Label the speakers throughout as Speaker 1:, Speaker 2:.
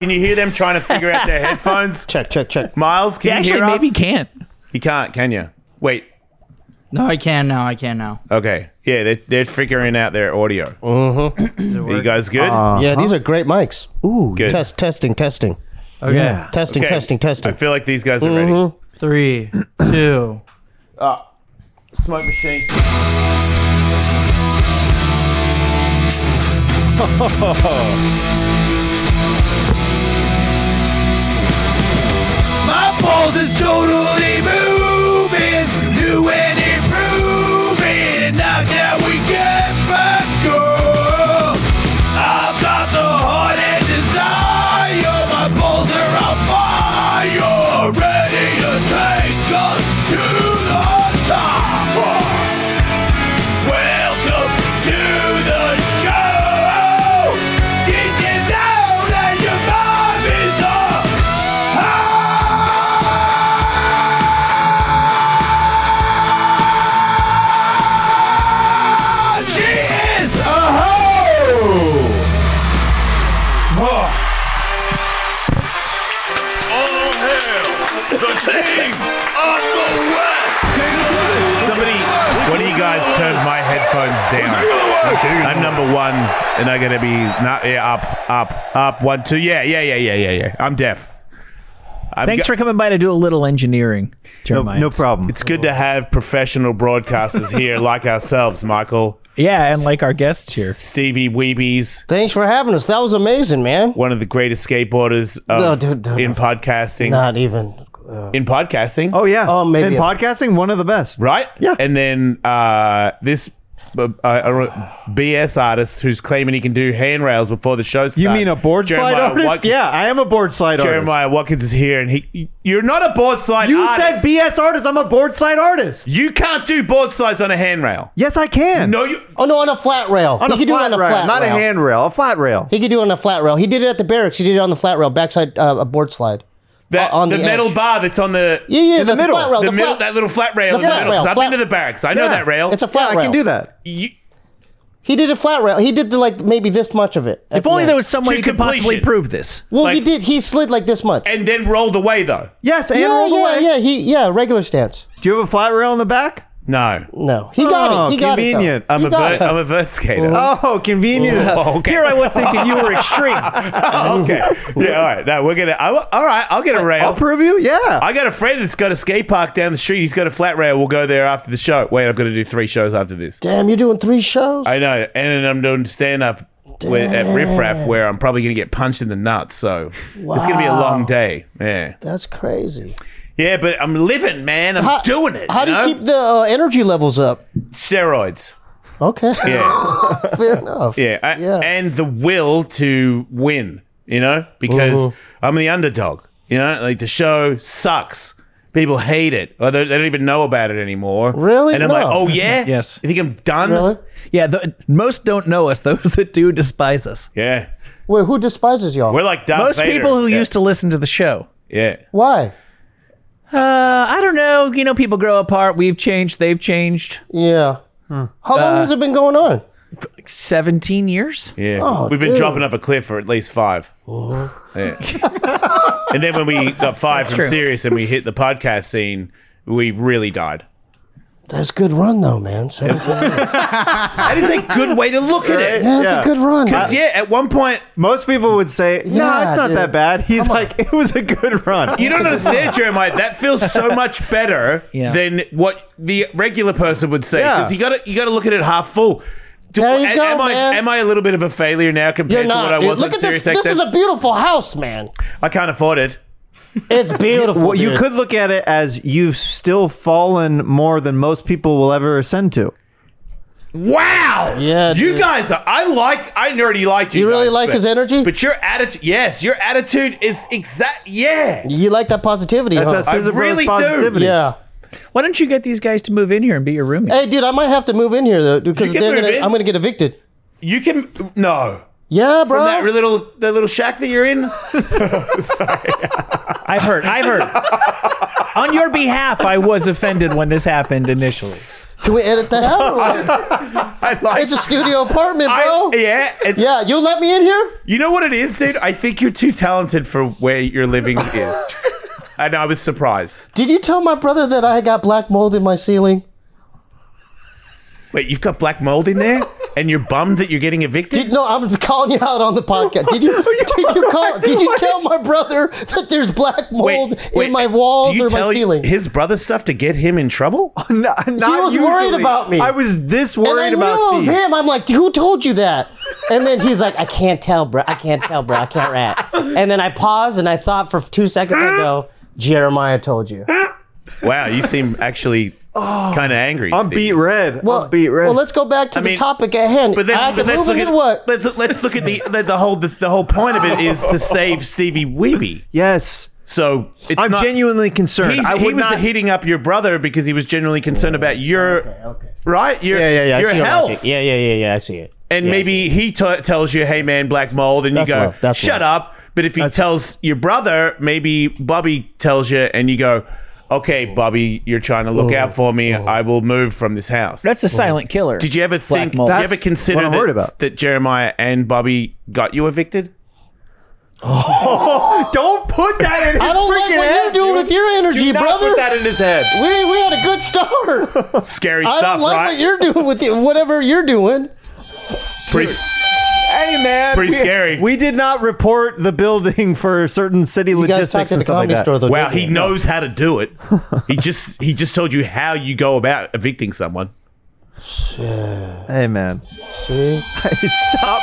Speaker 1: Can you hear them trying to figure out their headphones?
Speaker 2: Check, check, check.
Speaker 1: Miles, can
Speaker 3: You
Speaker 1: you
Speaker 3: actually
Speaker 1: hear us?
Speaker 3: maybe can't.
Speaker 1: You can't, can you? Wait.
Speaker 2: No, I can now. I can now.
Speaker 1: Okay. Yeah, they're, they're figuring out their audio. Mm-hmm. you guys good?
Speaker 2: Yeah, these are great mics. Ooh,
Speaker 1: Good.
Speaker 2: test, testing, testing,
Speaker 4: Okay.
Speaker 2: testing,
Speaker 1: Okay.
Speaker 2: testing,
Speaker 1: I
Speaker 2: testing.
Speaker 1: feel like these guys are ready.
Speaker 4: Three, two.
Speaker 1: Smoke machine. My balls is totally moving, new and improving. Now that we get back, girl, I've got the heart and desire. My balls are on fire, ready to take us to the top. Welcome to the show. Did you know that your mom is a She is a hoe! All hail the king of the west! Somebody, one of you guys turned my headphones down. I'm number one, and I gotta be not yeah up, up, up. One, two, yeah, yeah, yeah, yeah, yeah, yeah. I'm deaf. I'm
Speaker 3: Thanks
Speaker 1: go-
Speaker 3: for coming by to do a little engineering,
Speaker 4: No,
Speaker 3: Jeremiah.
Speaker 4: no problem.
Speaker 1: It's good to have professional broadcasters here, like ourselves, Michael,
Speaker 3: Yeah, and like our guests here.
Speaker 1: Stevie Weebies.
Speaker 2: Thanks for having us. That was amazing, man.
Speaker 1: one of the greatest skateboarders of,
Speaker 2: No, dude, dude.
Speaker 1: in podcasting.
Speaker 2: Not even.
Speaker 1: In podcasting,
Speaker 4: Oh yeah.
Speaker 2: Oh, maybe
Speaker 4: In
Speaker 2: a-
Speaker 4: podcasting, one of the best.
Speaker 1: right?
Speaker 4: Yeah.
Speaker 1: And then uh, this uh, uh, uh, BS artist who's claiming he can do handrails before the show starts.
Speaker 4: You mean a board slide artist?
Speaker 1: Watkins,
Speaker 4: yeah, I am a board slide artist.
Speaker 1: Jeremiah Watkins is here, and he. You're not a board slide.
Speaker 4: You
Speaker 1: artist.
Speaker 4: said BS artist. I'm a board slide artist.
Speaker 1: You can't do board slides on a handrail.
Speaker 4: Yes, I can.
Speaker 1: No, you.
Speaker 2: Oh no, on a flat rail.
Speaker 4: on
Speaker 2: he
Speaker 4: a
Speaker 2: could do it
Speaker 4: flat
Speaker 2: on a
Speaker 4: rail,
Speaker 2: flat
Speaker 4: not
Speaker 2: rail.
Speaker 4: a handrail. A flat rail.
Speaker 2: He could do it on a flat rail. He did it at the barracks. He did it on the flat rail, backside uh, a board slide.
Speaker 1: That,
Speaker 2: Uh, on
Speaker 1: the,
Speaker 2: the
Speaker 1: metal
Speaker 2: edge.
Speaker 1: bar that's on the.
Speaker 2: Yeah, yeah,
Speaker 4: In the middle.
Speaker 2: flat rail,
Speaker 1: The,
Speaker 2: the
Speaker 1: middle,
Speaker 2: flat-
Speaker 1: that little flat rail
Speaker 2: the
Speaker 1: in the
Speaker 2: flat
Speaker 1: middle. 'cause
Speaker 2: rail,
Speaker 1: I've
Speaker 2: flat-
Speaker 1: been to the barracks. I know
Speaker 4: Yeah.
Speaker 1: that rail.
Speaker 2: It's a
Speaker 4: yeah,
Speaker 2: flat
Speaker 4: I
Speaker 2: rail.
Speaker 4: can do that.
Speaker 1: You-
Speaker 2: He did a flat rail. He did the, like maybe this much of it.
Speaker 3: If only there was some
Speaker 1: To
Speaker 3: way you could possibly
Speaker 1: completion.
Speaker 3: prove this.
Speaker 2: Well, he
Speaker 1: like-
Speaker 2: did. He slid like this much.
Speaker 1: and then rolled away though.
Speaker 4: Yes, and
Speaker 2: yeah,
Speaker 4: rolled
Speaker 2: yeah,
Speaker 4: away.
Speaker 2: yeah. He yeah, regular stance.
Speaker 4: Do you have a flat rail in the back?
Speaker 1: No.
Speaker 2: No, he got
Speaker 4: Oh,
Speaker 2: it. He got
Speaker 4: convenient.
Speaker 2: it. though.
Speaker 1: I'm
Speaker 2: He
Speaker 1: a
Speaker 2: got
Speaker 1: vert,
Speaker 2: it.
Speaker 1: I'm a vert skater.
Speaker 4: Oh, convenient.
Speaker 1: Oh, okay.
Speaker 3: Here I was thinking you were extreme.
Speaker 1: Oh, okay. Yeah. All right. No, we're gonna. I, all right. I'll get a
Speaker 4: I'll
Speaker 1: rail.
Speaker 4: prove you. Yeah.
Speaker 1: I got a friend that's got a skate park down the street. He's got a flat rail. We'll go there after the show. Wait, I've got to do three shows after this.
Speaker 2: Damn, you're doing three shows.
Speaker 1: I know. And then I'm doing stand up with at Riff Raff, where I'm probably gonna get punched in the nuts. So it's gonna be a long day. Yeah.
Speaker 2: That's crazy.
Speaker 1: Yeah, but I'm living, man. I'm
Speaker 2: How-
Speaker 1: doing it. Uh,
Speaker 2: How
Speaker 1: you
Speaker 2: do
Speaker 1: know?
Speaker 2: you keep the uh, energy levels up?
Speaker 1: steroids?
Speaker 2: Okay,
Speaker 1: Yeah.
Speaker 2: fair enough.
Speaker 1: Yeah, I,
Speaker 2: Yeah.
Speaker 1: and the will to win, you know, because I'm the underdog. You know, like the show sucks. People hate it. Or they, they don't even know about it anymore.
Speaker 2: Really?
Speaker 1: And I'm like,
Speaker 2: No.
Speaker 1: oh yeah,
Speaker 3: Yes.
Speaker 1: You think I'm done?
Speaker 2: Really?
Speaker 3: Yeah, the, most don't know us. Those that do despise us.
Speaker 1: Yeah,
Speaker 2: Wait, who despises y'all?
Speaker 1: we're like Darth
Speaker 3: Most
Speaker 1: Vader.
Speaker 3: people who
Speaker 1: yeah.
Speaker 3: used to listen to the show.
Speaker 1: yeah.
Speaker 2: Why?
Speaker 3: Uh, I don't know. You know, people grow apart. We've changed. They've changed.
Speaker 2: Yeah.
Speaker 1: Hmm.
Speaker 2: How long
Speaker 1: Uh,
Speaker 2: has it been going on?
Speaker 3: Seventeen years.
Speaker 1: Yeah,
Speaker 2: Oh,
Speaker 1: we've been
Speaker 2: dude.
Speaker 1: dropping off a cliff for at least five. Oh. Yeah. and then when we got five from
Speaker 3: true.
Speaker 1: Sirius and we hit the podcast scene, we really died.
Speaker 2: That's a good run though, man. Seventeen-
Speaker 1: That is a good way to look at it.
Speaker 2: yeah, that's
Speaker 4: Yeah.
Speaker 2: a good run.
Speaker 1: 'Cause, Uh, yeah, at one point
Speaker 4: Most people would say, "No,
Speaker 2: Yeah,
Speaker 4: it's not
Speaker 2: dude.
Speaker 4: that bad." He's like, "It was a good run."
Speaker 1: You don't understand, Jeremiah. That feels so much better
Speaker 3: Yeah.
Speaker 1: than what the regular person would say.
Speaker 4: Yeah.
Speaker 1: Because you got to you got to look at it half full. Do-
Speaker 2: There you
Speaker 1: am,
Speaker 2: go,
Speaker 1: am I
Speaker 2: man.
Speaker 1: am I a little bit of a failure now
Speaker 2: You're
Speaker 1: compared to
Speaker 2: not.
Speaker 1: what I
Speaker 2: dude.
Speaker 1: was
Speaker 2: Look
Speaker 1: on
Speaker 2: at this.
Speaker 1: Sirius
Speaker 2: This is
Speaker 1: XM?
Speaker 2: a beautiful house, man.
Speaker 1: I can't afford it.
Speaker 2: It's beautiful.
Speaker 4: Well, you
Speaker 2: dude.
Speaker 4: could look at it as you've still fallen more than most people will ever ascend to.
Speaker 1: Wow.
Speaker 2: Yeah,
Speaker 1: You
Speaker 2: dude.
Speaker 1: guys are. I like. I already liked you.
Speaker 2: You really
Speaker 1: guys,
Speaker 2: like
Speaker 1: but-
Speaker 2: his energy?
Speaker 1: But your attitude. Yes, your attitude is exact. Yeah.
Speaker 2: You like that positivity,
Speaker 4: That's
Speaker 2: huh?
Speaker 4: that Scissor Bros
Speaker 1: really do.
Speaker 4: positivity.
Speaker 2: yeah.
Speaker 3: Why don't you get these guys to move in here and be your roommates?
Speaker 2: Hey, dude, I might have to move in here though, because
Speaker 1: You can
Speaker 2: they're
Speaker 1: move
Speaker 2: gonna,
Speaker 1: in.
Speaker 2: I'm gonna get evicted.
Speaker 1: You can no.
Speaker 2: Yeah, bro.
Speaker 1: From that little that little shack that you're in.
Speaker 3: I've heard. I've heard. On your behalf, I was offended when this happened initially.
Speaker 2: Can we edit that out? or-
Speaker 1: I like.
Speaker 2: it's a studio apartment,
Speaker 1: I-
Speaker 2: bro.
Speaker 1: yeah, it's,
Speaker 2: Yeah, you let me in here?
Speaker 1: You know what it is, dude? I think you're too talented for where your living is. and I was surprised.
Speaker 2: Did you tell my brother that I got black mold in my ceiling?
Speaker 1: Wait, you've got black mold in there, and you're bummed that you're getting evicted.
Speaker 2: Did, no, I'm calling you out on the podcast. Did you did you call? Did you tell my brother that there's black mold in my walls
Speaker 1: do you
Speaker 2: or my
Speaker 1: tell
Speaker 2: ceiling?
Speaker 1: His brother's stuff to get him in trouble.
Speaker 4: No, not
Speaker 2: was worried
Speaker 4: usually.
Speaker 2: about me.
Speaker 4: I was this
Speaker 2: and I
Speaker 4: worried
Speaker 2: knew
Speaker 4: about
Speaker 2: it was
Speaker 4: Steve.
Speaker 2: him. I'm like, who told you that? And then he's like, I can't tell, bro. I can't tell, bro. I can't rat. And then I pause and I thought for two seconds. I go, Jeremiah told you.
Speaker 1: wow, you seem actually kind of angry.
Speaker 4: I'm
Speaker 1: Steve.
Speaker 4: beat red. I'm beat red.
Speaker 2: well, let's go back to the
Speaker 1: mean,
Speaker 2: topic at hand.
Speaker 1: But,
Speaker 2: I
Speaker 1: then,
Speaker 2: can
Speaker 1: but let's
Speaker 2: move
Speaker 1: look
Speaker 2: it
Speaker 1: at
Speaker 2: in what?
Speaker 1: Let's, let's look at the the, the whole the, the whole point of it is to save Stevie Weeby.
Speaker 4: yes.
Speaker 1: So it's
Speaker 4: I'm
Speaker 1: not-
Speaker 4: genuinely concerned.
Speaker 1: He's,
Speaker 4: I
Speaker 1: he
Speaker 4: would
Speaker 1: was
Speaker 4: not.
Speaker 1: hitting up your brother because he was genuinely concerned about your right, your your health,
Speaker 2: Yeah, yeah, yeah, yeah. I see it.
Speaker 1: and
Speaker 2: Yeah, I see
Speaker 1: maybe he t- tells you, "Hey, man, black mold," and
Speaker 2: That's
Speaker 1: you go,
Speaker 2: love, that's
Speaker 1: "Shut up." But if he tells your brother, maybe Bobby tells you, and you go, "Okay,
Speaker 2: Oh.
Speaker 1: Bobby, you're trying to look out for me. I will move from this house."
Speaker 3: That's a silent killer.
Speaker 1: Did you ever think? Did you
Speaker 3: mold.
Speaker 1: ever
Speaker 4: That's
Speaker 1: consider
Speaker 4: what I'm
Speaker 1: that,
Speaker 4: worried about.
Speaker 1: that Jeremiah and Bobby got you evicted?
Speaker 4: Don't put that in his
Speaker 2: I don't like
Speaker 4: freaking
Speaker 2: what
Speaker 4: head.
Speaker 2: you're doing with your energy,
Speaker 4: Do not
Speaker 2: brother.
Speaker 4: put that in his head.
Speaker 2: we, we had a good start.
Speaker 1: Scary
Speaker 2: I
Speaker 1: stuff,
Speaker 2: don't like
Speaker 1: right?
Speaker 2: what you're doing with it, whatever you're doing.
Speaker 1: Pretty s-
Speaker 4: Hey man,
Speaker 1: Pretty
Speaker 4: we-
Speaker 1: scary.
Speaker 4: We did not report the building for certain city
Speaker 2: You guys talked at
Speaker 4: logistics and
Speaker 2: the
Speaker 4: stuff like
Speaker 2: comedy
Speaker 4: that.
Speaker 2: store, though.
Speaker 1: Wow,
Speaker 2: didn't
Speaker 1: he
Speaker 2: you?
Speaker 1: knows how to do it. He just he just told you how you go about evicting someone.
Speaker 4: Hey man,
Speaker 2: See?
Speaker 4: Hey, stop.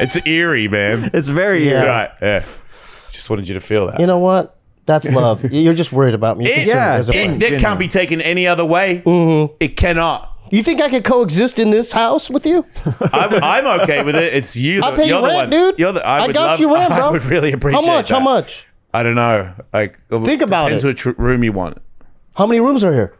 Speaker 1: It's eerie, man.
Speaker 4: It's very
Speaker 2: Yeah.
Speaker 4: eerie.
Speaker 1: Right. Yeah. Just wanted you to feel that.
Speaker 2: You know what? That's love. You're just worried about me. You're
Speaker 1: It-
Speaker 2: concerned
Speaker 4: yeah,
Speaker 2: as a
Speaker 1: it,
Speaker 2: friend.
Speaker 1: that can't be taken any other way.
Speaker 2: Mm-hmm.
Speaker 1: It cannot.
Speaker 2: you think I could coexist in this house with you?
Speaker 1: I'm, I'm okay with it. It's you. The,
Speaker 2: I pay
Speaker 1: you're
Speaker 2: you
Speaker 1: the
Speaker 2: rent,
Speaker 1: one.
Speaker 2: dude.
Speaker 1: You're the, I,
Speaker 2: I
Speaker 1: would
Speaker 2: got
Speaker 1: love,
Speaker 2: you rent,
Speaker 1: I
Speaker 2: bro.
Speaker 1: would really appreciate
Speaker 2: How much? How
Speaker 1: that.
Speaker 2: much?
Speaker 1: I don't know. Like,
Speaker 2: Think about
Speaker 1: depends
Speaker 2: it.
Speaker 1: Depends which room you want.
Speaker 2: How many rooms are here?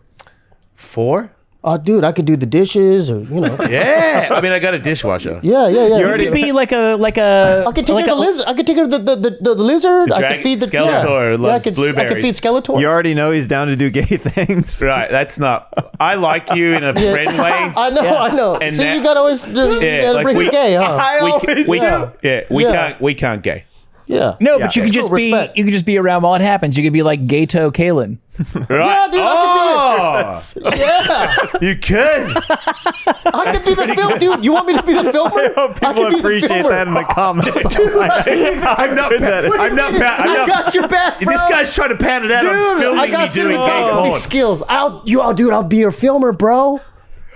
Speaker 1: Four?
Speaker 2: Oh, dude, I could do the dishes or, you know.
Speaker 1: Yeah. I mean, I got a dishwasher.
Speaker 2: Yeah, yeah, yeah. You
Speaker 3: It'd be like a like a.
Speaker 2: I could take
Speaker 3: like
Speaker 2: her the
Speaker 3: a-
Speaker 2: lizard. I could take her the the, the, the lizard. I
Speaker 1: dragon-
Speaker 2: could feed the
Speaker 1: Skeletor
Speaker 2: Yeah. I
Speaker 1: loves
Speaker 2: could, I could
Speaker 1: blueberries.
Speaker 2: feed Skeletor.
Speaker 4: You already know he's down to do gay things.
Speaker 1: Right. That's not. I like you in a friend way.
Speaker 2: I know, I know.
Speaker 1: And
Speaker 2: See,
Speaker 1: that-
Speaker 2: you gotta always you gotta
Speaker 1: like
Speaker 2: bring
Speaker 1: we-
Speaker 2: it gay, huh?
Speaker 4: I
Speaker 1: we,
Speaker 4: always
Speaker 1: we,
Speaker 4: do.
Speaker 1: Yeah, we
Speaker 2: Yeah.
Speaker 1: can't we can't gay.
Speaker 2: Yeah.
Speaker 3: No, but you
Speaker 4: Yeah.
Speaker 3: could
Speaker 2: It's
Speaker 3: just
Speaker 2: cool,
Speaker 3: be
Speaker 2: respect.
Speaker 3: you could just be around while it happens. You could be like Gato Kalen.
Speaker 1: Right?
Speaker 2: Yeah, dude, I
Speaker 1: oh,
Speaker 2: Yeah.
Speaker 1: you could.
Speaker 2: I could be the film dude. You want me to be the filmer? I
Speaker 4: hope
Speaker 2: could be
Speaker 4: Oh, people
Speaker 2: the
Speaker 4: appreciate
Speaker 2: filmer.
Speaker 4: that in the comments.
Speaker 1: I'm not.
Speaker 4: Put that in.
Speaker 1: I'm not. I'm
Speaker 2: I
Speaker 1: not.
Speaker 2: got your back, bro.
Speaker 1: This guy's trying to pound it out.
Speaker 2: Dude,
Speaker 1: I'm filming
Speaker 2: I
Speaker 1: me
Speaker 2: got
Speaker 1: doing gay
Speaker 2: cinematography
Speaker 1: porn.
Speaker 2: skills. I'll you all dude, I'll be your filmer, bro.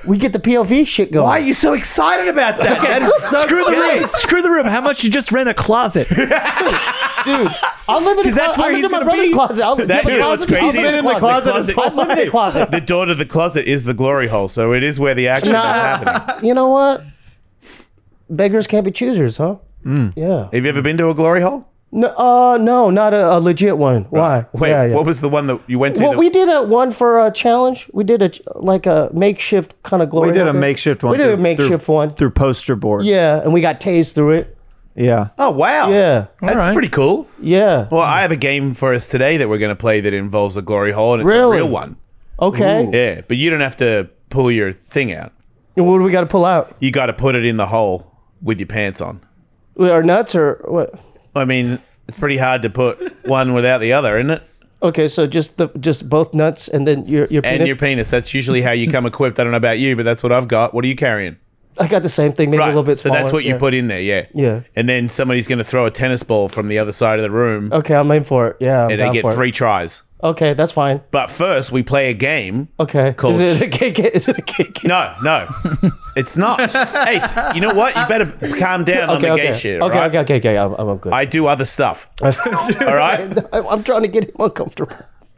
Speaker 2: We get the POV shit going.
Speaker 1: Why are you so excited about that? that is so
Speaker 3: Screw the
Speaker 1: gay.
Speaker 3: room. Screw the room. How much you just rent a closet?
Speaker 2: dude? I'll live in a
Speaker 3: 'Cause that's
Speaker 2: clo-
Speaker 3: where
Speaker 2: I lived
Speaker 3: he's
Speaker 2: in my
Speaker 3: gonna
Speaker 2: brother's
Speaker 3: be.
Speaker 2: closet. I'll do you
Speaker 1: That
Speaker 2: have a
Speaker 1: dude was
Speaker 2: closet?
Speaker 1: crazy.
Speaker 2: I've been in the
Speaker 1: closet.
Speaker 2: closet. his whole
Speaker 1: I've
Speaker 2: life.
Speaker 1: lived in the closet. The door to the closet is the glory hole, so it is where the action is happening.
Speaker 2: You know what? Beggars can't be choosers, huh? Yeah.
Speaker 1: Have you ever been to a glory hole?
Speaker 2: No, uh, no, not a, a legit one. Why?
Speaker 1: Wait,
Speaker 2: yeah, yeah.
Speaker 1: what was the one that you went to?
Speaker 2: well,
Speaker 1: that-
Speaker 2: we did a one for a challenge. We did a ch- like a makeshift kind of glory.
Speaker 4: We did
Speaker 2: hole
Speaker 4: a
Speaker 2: thing.
Speaker 4: makeshift one.
Speaker 2: We did a
Speaker 4: through-
Speaker 2: makeshift
Speaker 4: through-
Speaker 2: one.
Speaker 4: through poster board.
Speaker 2: Yeah, and we got tased through it.
Speaker 4: yeah.
Speaker 1: oh wow,
Speaker 2: Yeah.
Speaker 1: that's
Speaker 3: Alright.
Speaker 1: pretty cool.
Speaker 2: Yeah.
Speaker 1: Well, I have a game for us today that we're going to play that involves a glory hole, and it's
Speaker 2: Really?
Speaker 1: a real one.
Speaker 2: Okay.
Speaker 1: Yeah, but you don't have to pull your thing out.
Speaker 2: What do we got to pull out?
Speaker 1: You got to put it in the hole with your pants on.
Speaker 2: Our nuts or what?
Speaker 1: I mean, it's pretty hard to put one without the other, isn't it?
Speaker 2: Okay, so just the just both nuts and then your your penis.
Speaker 1: And your penis. That's usually how you come equipped. I don't know about you, but that's what I've got. What are you carrying?
Speaker 2: I got the same thing, maybe a little bit
Speaker 1: so
Speaker 2: smaller.
Speaker 1: that's what you
Speaker 2: yeah.
Speaker 1: put in there, yeah.
Speaker 2: Yeah.
Speaker 1: And then somebody's going to throw a tennis ball from the other side of the room,
Speaker 2: Okay, I'm in for it. Yeah, I'm
Speaker 1: and they
Speaker 2: down
Speaker 1: get
Speaker 2: Oh, for it.
Speaker 1: three tries.
Speaker 2: Okay, that's fine.
Speaker 1: But first, we play a game.
Speaker 2: Okay,
Speaker 1: Cool.
Speaker 2: Is it a cake? Is it a cake?
Speaker 1: No, no, it's not. hey, you know what? You better calm down on
Speaker 2: okay,
Speaker 1: the
Speaker 2: okay.
Speaker 1: gay shit. all
Speaker 2: okay,
Speaker 1: right?
Speaker 2: okay, okay, okay. I'm, I'm I'm good.
Speaker 1: I do other stuff. all right.
Speaker 2: I'm, I'm trying to get him uncomfortable.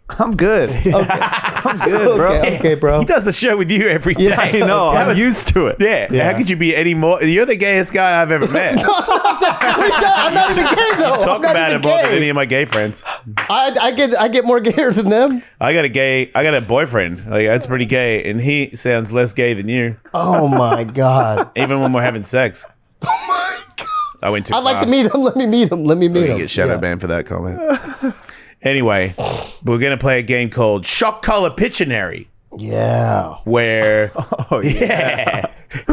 Speaker 4: I'm good. I'm good, bro.
Speaker 2: Okay, okay, bro.
Speaker 1: He does the show with you every day.
Speaker 4: Yeah, I know.
Speaker 1: How
Speaker 4: I'm
Speaker 1: is-
Speaker 4: used to it.
Speaker 1: Yeah. How could you be any more? You're the gayest guy I've ever met.
Speaker 2: I'm not even gay though.
Speaker 1: Talk
Speaker 2: Oh, I'm not
Speaker 1: about
Speaker 2: even
Speaker 1: it more than
Speaker 2: gay.
Speaker 1: any of my gay friends.
Speaker 2: I, I get I get more gayer than them.
Speaker 1: I got a gay. I got a boyfriend. Like that's pretty gay, and he sounds less gay than you.
Speaker 2: Oh my god!
Speaker 1: Even when we're having sex. Oh my god. I went too.
Speaker 2: I'd like to
Speaker 1: far.
Speaker 2: meet him. Let me meet him. Let me meet
Speaker 1: You
Speaker 2: him.
Speaker 1: get shadow banned for that comment. anyway, we're gonna play a game called Shock Collar Pictionary.
Speaker 2: Yeah.
Speaker 1: where
Speaker 4: Oh yeah. Oh,
Speaker 1: yeah.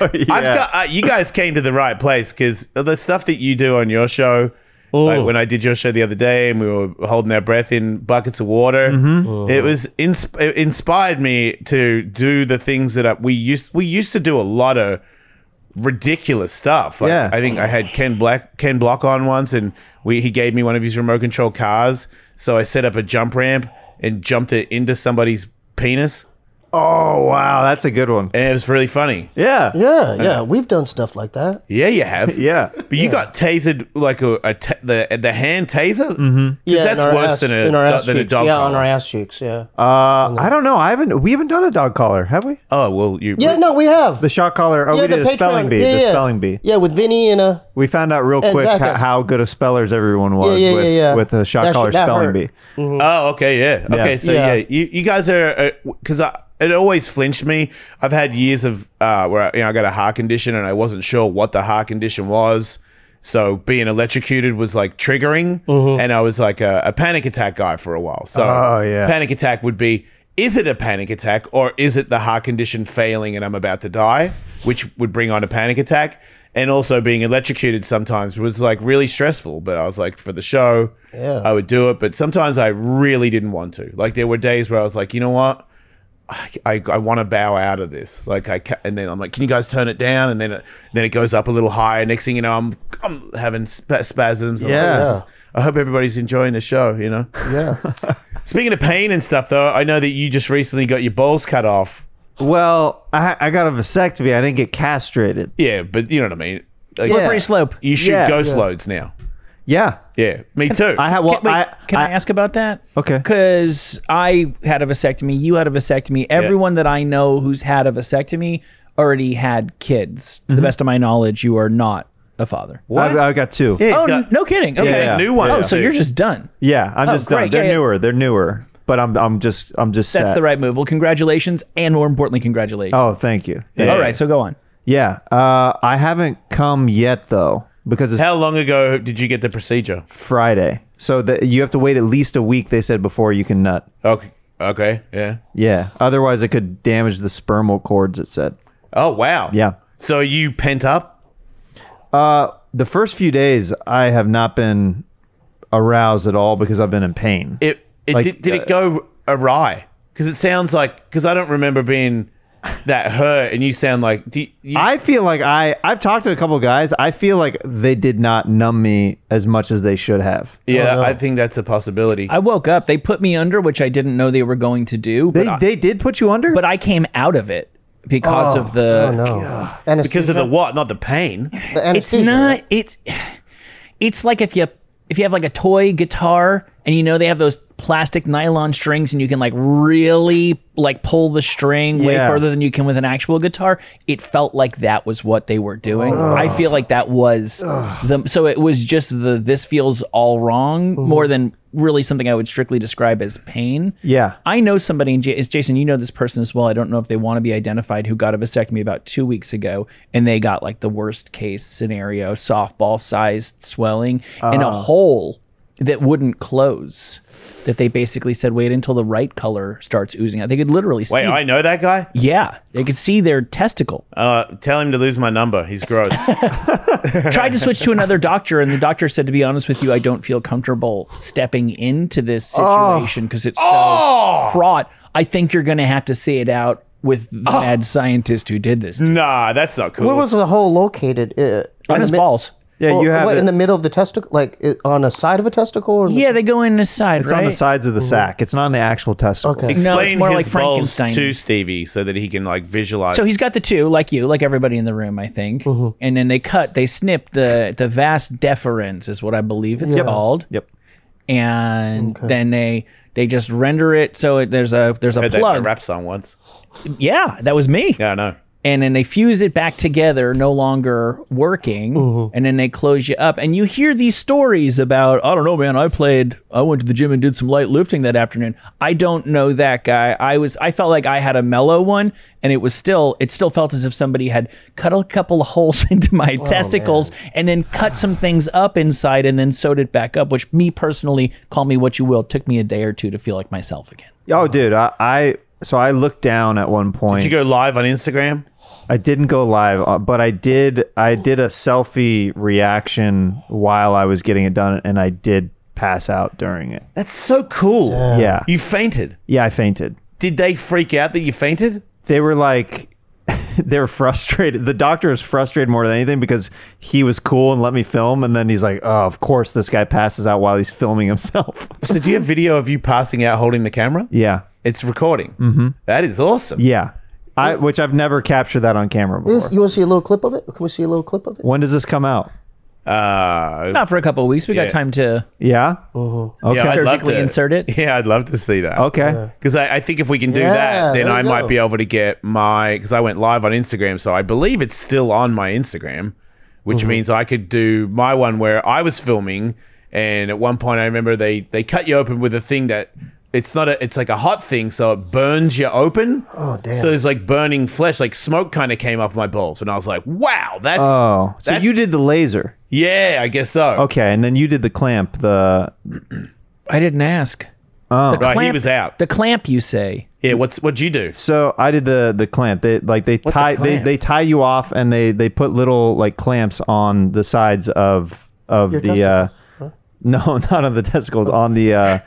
Speaker 1: I've
Speaker 4: yeah.
Speaker 1: got uh, you guys came to the right place because the stuff that you do on your show, like when I did your show the other day and we were holding our breath in buckets of water,
Speaker 4: Mm-hmm.
Speaker 1: it was insp- it inspired me to do the things that I, we used we used to do a lot of ridiculous stuff. Like,
Speaker 4: Yeah.
Speaker 1: I think I had Ken Black Ken Block on once, and we he gave me one of his remote control cars, so I set up a jump ramp and jumped it into somebody's penis,
Speaker 4: Oh wow, that's a good one.
Speaker 1: and it was really funny.
Speaker 4: Yeah.
Speaker 2: Yeah, yeah. We've done stuff like that.
Speaker 1: Yeah, you have.
Speaker 4: Yeah.
Speaker 1: But you got tasered like a, a ta the the hand taser. Mm-hmm.
Speaker 2: Yeah,
Speaker 1: that's
Speaker 2: in our
Speaker 1: worse
Speaker 2: ass-
Speaker 1: than a
Speaker 2: in our
Speaker 1: do-
Speaker 2: ass
Speaker 1: than a
Speaker 2: cheeks.
Speaker 1: dog
Speaker 2: Yeah,
Speaker 1: collar. Um,
Speaker 2: on our ass cheeks. Yeah.
Speaker 4: Uh, I don't know. I haven't. We haven't done a dog collar, have we?
Speaker 1: Oh well, you.
Speaker 2: yeah. No, we have.
Speaker 4: The shot collar. Oh,
Speaker 2: yeah,
Speaker 4: we did a spelling
Speaker 2: Patreon.
Speaker 4: bee.
Speaker 2: Yeah,
Speaker 4: the
Speaker 2: yeah.
Speaker 4: spelling bee.
Speaker 2: Yeah, with Vinny and uh, a.
Speaker 4: We found out real quick
Speaker 2: Exactly.
Speaker 4: ho- how good of spellers everyone was
Speaker 2: yeah,
Speaker 4: with
Speaker 2: yeah, yeah.
Speaker 4: with a shot
Speaker 2: That sh-
Speaker 4: collar
Speaker 2: that
Speaker 4: spelling
Speaker 2: hurt.
Speaker 4: bee.
Speaker 1: Oh, okay, yeah. Okay, so yeah,
Speaker 2: Yeah.
Speaker 1: you, you guys are because I it always flinched me. I've had years of uh, where I, you know I got a heart condition and I wasn't sure what the heart condition was. So being electrocuted was like triggering,
Speaker 2: Mm-hmm.
Speaker 1: and I was like a, a panic attack guy for a while.
Speaker 2: Uh-huh.
Speaker 1: So
Speaker 4: Oh, yeah.
Speaker 1: panic attack would be: is it a panic attack or is it the heart condition failing and I'm about to die, which would bring on a panic attack. And also being electrocuted sometimes was like really stressful. But I was like, for the show,
Speaker 2: Yeah.
Speaker 1: I would do it, but sometimes I really didn't want to. Like there were days where I was like, you know what, I, I, I want to bow out of this. Like I ca- and then I'm like, can you guys turn it down? And then it, then it goes up a little higher. Next thing you know, I'm I'm having spa- spasms. I'm like,
Speaker 4: Yeah.
Speaker 1: this is- I hope everybody's enjoying the show. You know.
Speaker 2: Yeah.
Speaker 1: Speaking of pain and stuff, though, I know that you just recently got your balls cut off.
Speaker 4: Well, I, I got a vasectomy. I didn't get castrated.
Speaker 1: Yeah, but you know what I mean. Like,
Speaker 3: Slippery
Speaker 4: Yeah.
Speaker 3: slope.
Speaker 1: You shoot
Speaker 4: Yeah.
Speaker 1: ghost loads now.
Speaker 4: Yeah.
Speaker 1: Yeah, me too.
Speaker 4: I had. Well,
Speaker 3: Can- wait,
Speaker 4: I,
Speaker 3: can I, ask about that?
Speaker 4: Okay.
Speaker 3: Because I had a vasectomy, you had a vasectomy. Everyone that I know who's had a vasectomy already had kids. To
Speaker 4: Mm-hmm.
Speaker 3: the best of my knowledge, you are not a father.
Speaker 4: I've, I've got two. Yeah.
Speaker 1: He's
Speaker 3: Oh,
Speaker 1: got-
Speaker 3: no kidding. Okay.
Speaker 4: yeah,
Speaker 1: new one,
Speaker 3: Oh,
Speaker 1: yeah.
Speaker 3: so you're just done.
Speaker 4: I'm
Speaker 3: Oh,
Speaker 4: just done.
Speaker 3: great.
Speaker 4: They're
Speaker 3: Yeah, yeah.
Speaker 4: newer. They're newer. But I'm. I'm just. I'm just.
Speaker 3: That's
Speaker 4: set.
Speaker 3: the right move. Well, congratulations, and more importantly, congratulations.
Speaker 4: Oh, thank you.
Speaker 1: Yeah.
Speaker 3: All right, so go on.
Speaker 4: Yeah. Uh, I haven't come yet though because it's
Speaker 1: How long ago did you get the procedure?
Speaker 4: Friday. So that you have to wait at least a week. They said before you can nut.
Speaker 1: Okay. Okay. Yeah.
Speaker 4: Yeah. Otherwise, it could damage the spermal cords. It said.
Speaker 1: Oh wow.
Speaker 4: Yeah.
Speaker 1: So are you pent up?
Speaker 4: Uh, the first few days, I have not been aroused at all because I've been in pain.
Speaker 1: It it
Speaker 4: Like,
Speaker 1: did, did
Speaker 4: uh,
Speaker 1: it go awry? Because it sounds like because I don't remember being that hurt, and you sound like do you, you-
Speaker 4: I feel like I I've talked to a couple guys. I feel like they did not numb me as much as they should have.
Speaker 1: yeah. I think that's a possibility.
Speaker 3: I woke up. They put me under, which I didn't know they were going to do.
Speaker 4: They
Speaker 3: But, I,
Speaker 4: they did put you under.
Speaker 3: but I came out of it because of the.
Speaker 2: Oh no. And
Speaker 1: because of the what, not the pain.
Speaker 2: the
Speaker 3: it's
Speaker 2: anesthesia,
Speaker 3: not
Speaker 2: right?
Speaker 3: it's it's like if you if you have like a toy guitar and you know they have those plastic nylon strings and you can like really like pull the string way
Speaker 4: Yeah.
Speaker 3: further than you can with an actual guitar it felt like that was what they were doing i feel like that was the so it was just the this feels all wrong more than really something i would strictly describe as pain
Speaker 4: yeah.
Speaker 3: I know somebody, and J- it's Jason, you know this person as well. I don't know if they want to be identified, who got a vasectomy about two weeks ago, and they got like the worst case scenario softball sized swelling and
Speaker 1: Ah.
Speaker 3: a hole that wouldn't close. That they basically said, wait until the right color starts oozing out. They could literally see.
Speaker 1: Wait, I know that guy.
Speaker 3: yeah, they could see their testicle.
Speaker 1: Uh, tell him to lose my number. He's gross.
Speaker 3: Tried to switch to another doctor, and the doctor said, to be honest with you, I don't feel comfortable stepping into this situation because it's so fraught. I think you're going to have to see it out with the mad scientist who did this.
Speaker 1: nah, that's not cool.
Speaker 2: Where was the hole located? Uh,
Speaker 3: On
Speaker 2: in
Speaker 3: his
Speaker 2: the mi-
Speaker 3: balls.
Speaker 4: Yeah,
Speaker 2: Well,
Speaker 4: you have
Speaker 2: what,
Speaker 4: it.
Speaker 2: in the middle of the testicle, like it, on the side of a testicle. Or in the-
Speaker 3: Yeah, they go in his side,
Speaker 4: it's
Speaker 3: right?
Speaker 4: on the sides of the sack. It's not on the actual testicle.
Speaker 2: Okay.
Speaker 1: Explain
Speaker 3: No, it's more
Speaker 1: his
Speaker 3: like
Speaker 1: balls
Speaker 3: Frankenstein.
Speaker 1: to Stevie so that he can like visualize.
Speaker 3: So he's got the two, like you, like everybody in the room, I think. And then they cut, they snip the the vas deferens is what I believe it's called.
Speaker 4: Yep. Oh,
Speaker 3: And then they they just render it so it, there's a there's a
Speaker 1: heard that in a
Speaker 3: plug.
Speaker 1: rap song once.
Speaker 3: Yeah, that was me.
Speaker 1: Yeah, I know.
Speaker 3: and then they fuse it back together, no longer working, and then they close you up. And you hear these stories about, I don't know, man, I played, I went to the gym and did some light lifting that afternoon. I don't know that guy. I was, I felt like I had a mellow one, and it was still, it still felt as if somebody had cut a couple of holes into my testicles and then cut some things up inside and then sewed it back up. Which, me personally, call me what you will, took me a day or two to feel like myself again.
Speaker 4: Oh, dude, I, I so I looked down at one point.
Speaker 1: Did you go live on Instagram?
Speaker 4: I didn't go live, uh, but I did. I did a selfie reaction while I was getting it done, and I did pass out during it.
Speaker 1: That's so cool.
Speaker 4: Yeah,
Speaker 1: You fainted.
Speaker 4: yeah, I fainted.
Speaker 1: Did they freak out that you fainted?
Speaker 4: They were like, they were frustrated. The doctor was frustrated more than anything because he was cool and let me film, and then he's like, "Oh, of course, this guy passes out while he's filming himself."
Speaker 1: So do you have video of you passing out holding the camera?
Speaker 4: yeah,
Speaker 1: It's recording. Mm-hmm. is awesome.
Speaker 4: yeah. I, which I've never captured that on camera
Speaker 2: This-
Speaker 4: before.
Speaker 2: you want to see a little clip of it? Can we see a little clip of it?
Speaker 4: When does this come out?
Speaker 1: Uh,
Speaker 3: Not for a couple of weeks. We
Speaker 1: Yeah.
Speaker 3: got time to
Speaker 4: Yeah. Okay.
Speaker 1: yeah, I'd love
Speaker 3: surgically
Speaker 1: to
Speaker 3: insert it?
Speaker 1: Yeah, I'd love to see that.
Speaker 4: Okay.
Speaker 1: Because I, I think if we can do
Speaker 2: Yeah,
Speaker 1: that, then
Speaker 2: there
Speaker 1: I
Speaker 2: you
Speaker 1: might
Speaker 2: go.
Speaker 1: be able to get my. Because I went live on Instagram, so I believe it's still on my Instagram, which means I could do my one where I was filming, and at one point I remember they they cut you open with a thing that it's not a it's like a hot thing, so it burns you open. Oh
Speaker 2: damn.
Speaker 1: So there's like burning flesh, like smoke kind of came off my balls, and I was like, wow, that's
Speaker 4: Oh, so
Speaker 1: that's-
Speaker 4: you did the laser.
Speaker 1: yeah, I guess so.
Speaker 4: Okay, and then you did the clamp. The
Speaker 3: I didn't ask.
Speaker 4: Oh.
Speaker 3: the
Speaker 1: Right, he was out.
Speaker 3: The clamp, you say?
Speaker 1: Yeah, what's what'd you do?
Speaker 4: So I did the the clamp. They like they
Speaker 3: a
Speaker 4: tie they,
Speaker 3: clamp?
Speaker 4: they tie you off and they they put little like clamps on the sides of of
Speaker 2: Your
Speaker 4: the uh no not on the testicles on the uh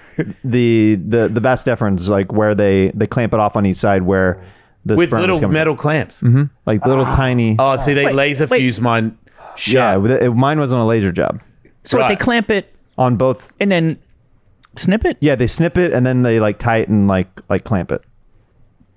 Speaker 4: the the the vas deferens like where they they clamp it off on each side where the
Speaker 1: With
Speaker 4: sperm is
Speaker 1: little
Speaker 4: coming. Hmm?
Speaker 1: metal clamps.
Speaker 4: like little tiny
Speaker 1: Oh, see, they laser
Speaker 3: wait.
Speaker 1: fuse mine. Shut.
Speaker 4: yeah with it, mine was on a laser job
Speaker 3: So
Speaker 1: Right.
Speaker 3: they clamp it
Speaker 4: on both
Speaker 3: and then snip it.
Speaker 4: yeah they snip it and then they like tighten like like clamp it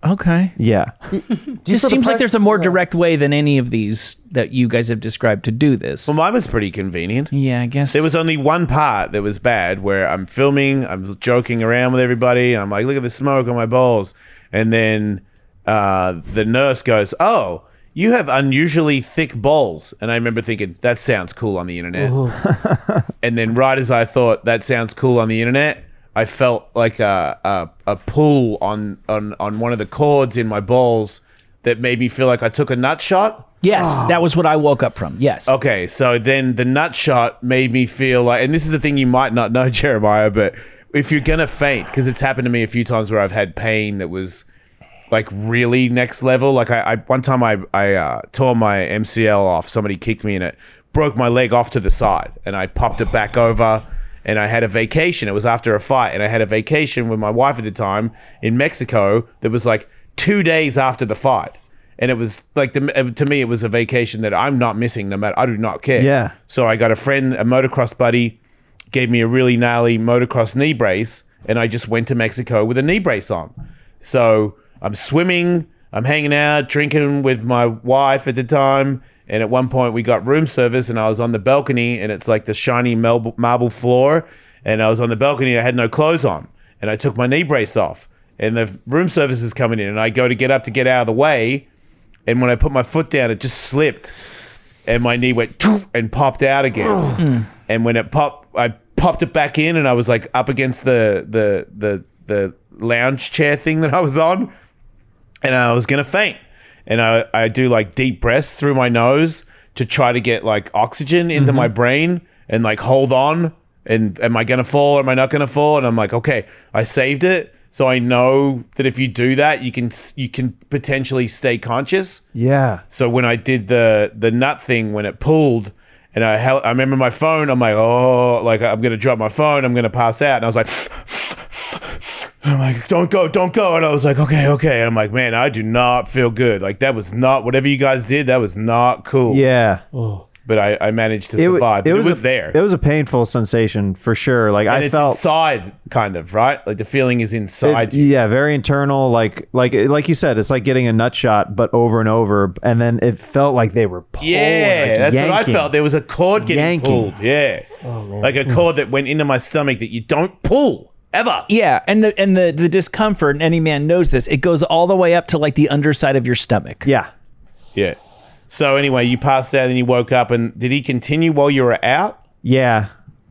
Speaker 3: Okay.
Speaker 4: yeah
Speaker 3: Just
Speaker 2: feel the
Speaker 3: seems like
Speaker 2: press-
Speaker 3: there's a more direct way than any of these that you guys have described to do this.
Speaker 1: Well, mine was pretty convenient.
Speaker 3: yeah, I guess.
Speaker 1: There was only one part that was bad where I'm filming, I'm joking around with everybody, and I'm like, look at the smoke on my balls. And then uh, the nurse goes, oh, you have unusually thick balls. And I remember thinking, that sounds cool on the internet. and then right as I thought, that sounds cool on the internet, I felt like a, a, a pull on, on, on one of the cords in my balls that made me feel like I took a nut shot.
Speaker 3: yes,
Speaker 2: Ah.
Speaker 3: that was what I woke up from. Yes.
Speaker 1: Okay, so then the nut shot made me feel like, and this is the thing you might not know, Jeremiah, but if you're gonna faint, because it's happened to me a few times where I've had pain that was like really next level. Like I, I one time I I uh, tore my MCL off. Somebody kicked me and it broke my leg off to the side, and I popped it back over. And I had a vacation. It was after a fight, and I had a vacation with my wife at the time in Mexico. That was like two days after the fight, and it was like the, to me, it was a vacation that I'm not missing. No matter, I do not care.
Speaker 4: Yeah.
Speaker 1: So I got a friend, a motocross buddy, gave me a really gnarly motocross knee brace, and I just went to Mexico with a knee brace on. So I'm swimming, I'm hanging out, drinking with my wife at the time. And at one point, we got room service, and I was on the balcony, and it's like the shiny mel- marble floor. And I was on the balcony, and I had no clothes on, and I took my knee brace off. And the room service is coming in, and I go to get up to get out of the way. And when I put my foot down, it just slipped and my knee went "Toop," and popped out again. and when it popped, I popped it back in, and I was like up against the the the the lounge chair thing that I was on, and I was gonna faint. And I I do like deep breaths through my nose to try to get like oxygen into my brain and like hold on. And am I gonna fall? am I not gonna fall? And I'm like, okay, I saved it. So I know that if you do that, you can s- you can potentially stay conscious.
Speaker 4: yeah
Speaker 1: So when I did the the nut thing, when it pulled, and I held, I remember my phone. I'm like, oh, like I'm gonna drop my phone. I'm gonna pass out. And I was like, I'm like, don't go, don't go. And I was like, okay, okay. And I'm like, man, I do not feel good. Like that was not whatever you guys did. That was not cool.
Speaker 4: yeah
Speaker 1: But I, I managed to
Speaker 4: it, wa-
Speaker 1: survive. It, was,
Speaker 4: a,
Speaker 1: there.
Speaker 4: It was a painful sensation for sure. Like
Speaker 1: and
Speaker 4: I
Speaker 1: it's
Speaker 4: felt
Speaker 1: inside, kind of right. Like the feeling is
Speaker 4: it-
Speaker 1: inside you.
Speaker 4: yeah, very internal. Like like like you said, it's like getting a nut shot, but over and over. And then it felt like they were pulling.
Speaker 1: Yeah,
Speaker 4: like
Speaker 1: that's what I
Speaker 4: yanking.
Speaker 1: felt. There was a cord getting
Speaker 4: Yanking.
Speaker 1: pulled. Yeah, like a cord that went into my stomach that you don't pull ever.
Speaker 3: Yeah, and the and the the discomfort, and any man knows this. It goes all the way up to like the underside of your stomach.
Speaker 4: Yeah,
Speaker 1: Yeah. So anyway, you passed out and you woke up, and did he continue while you were out?
Speaker 4: yeah.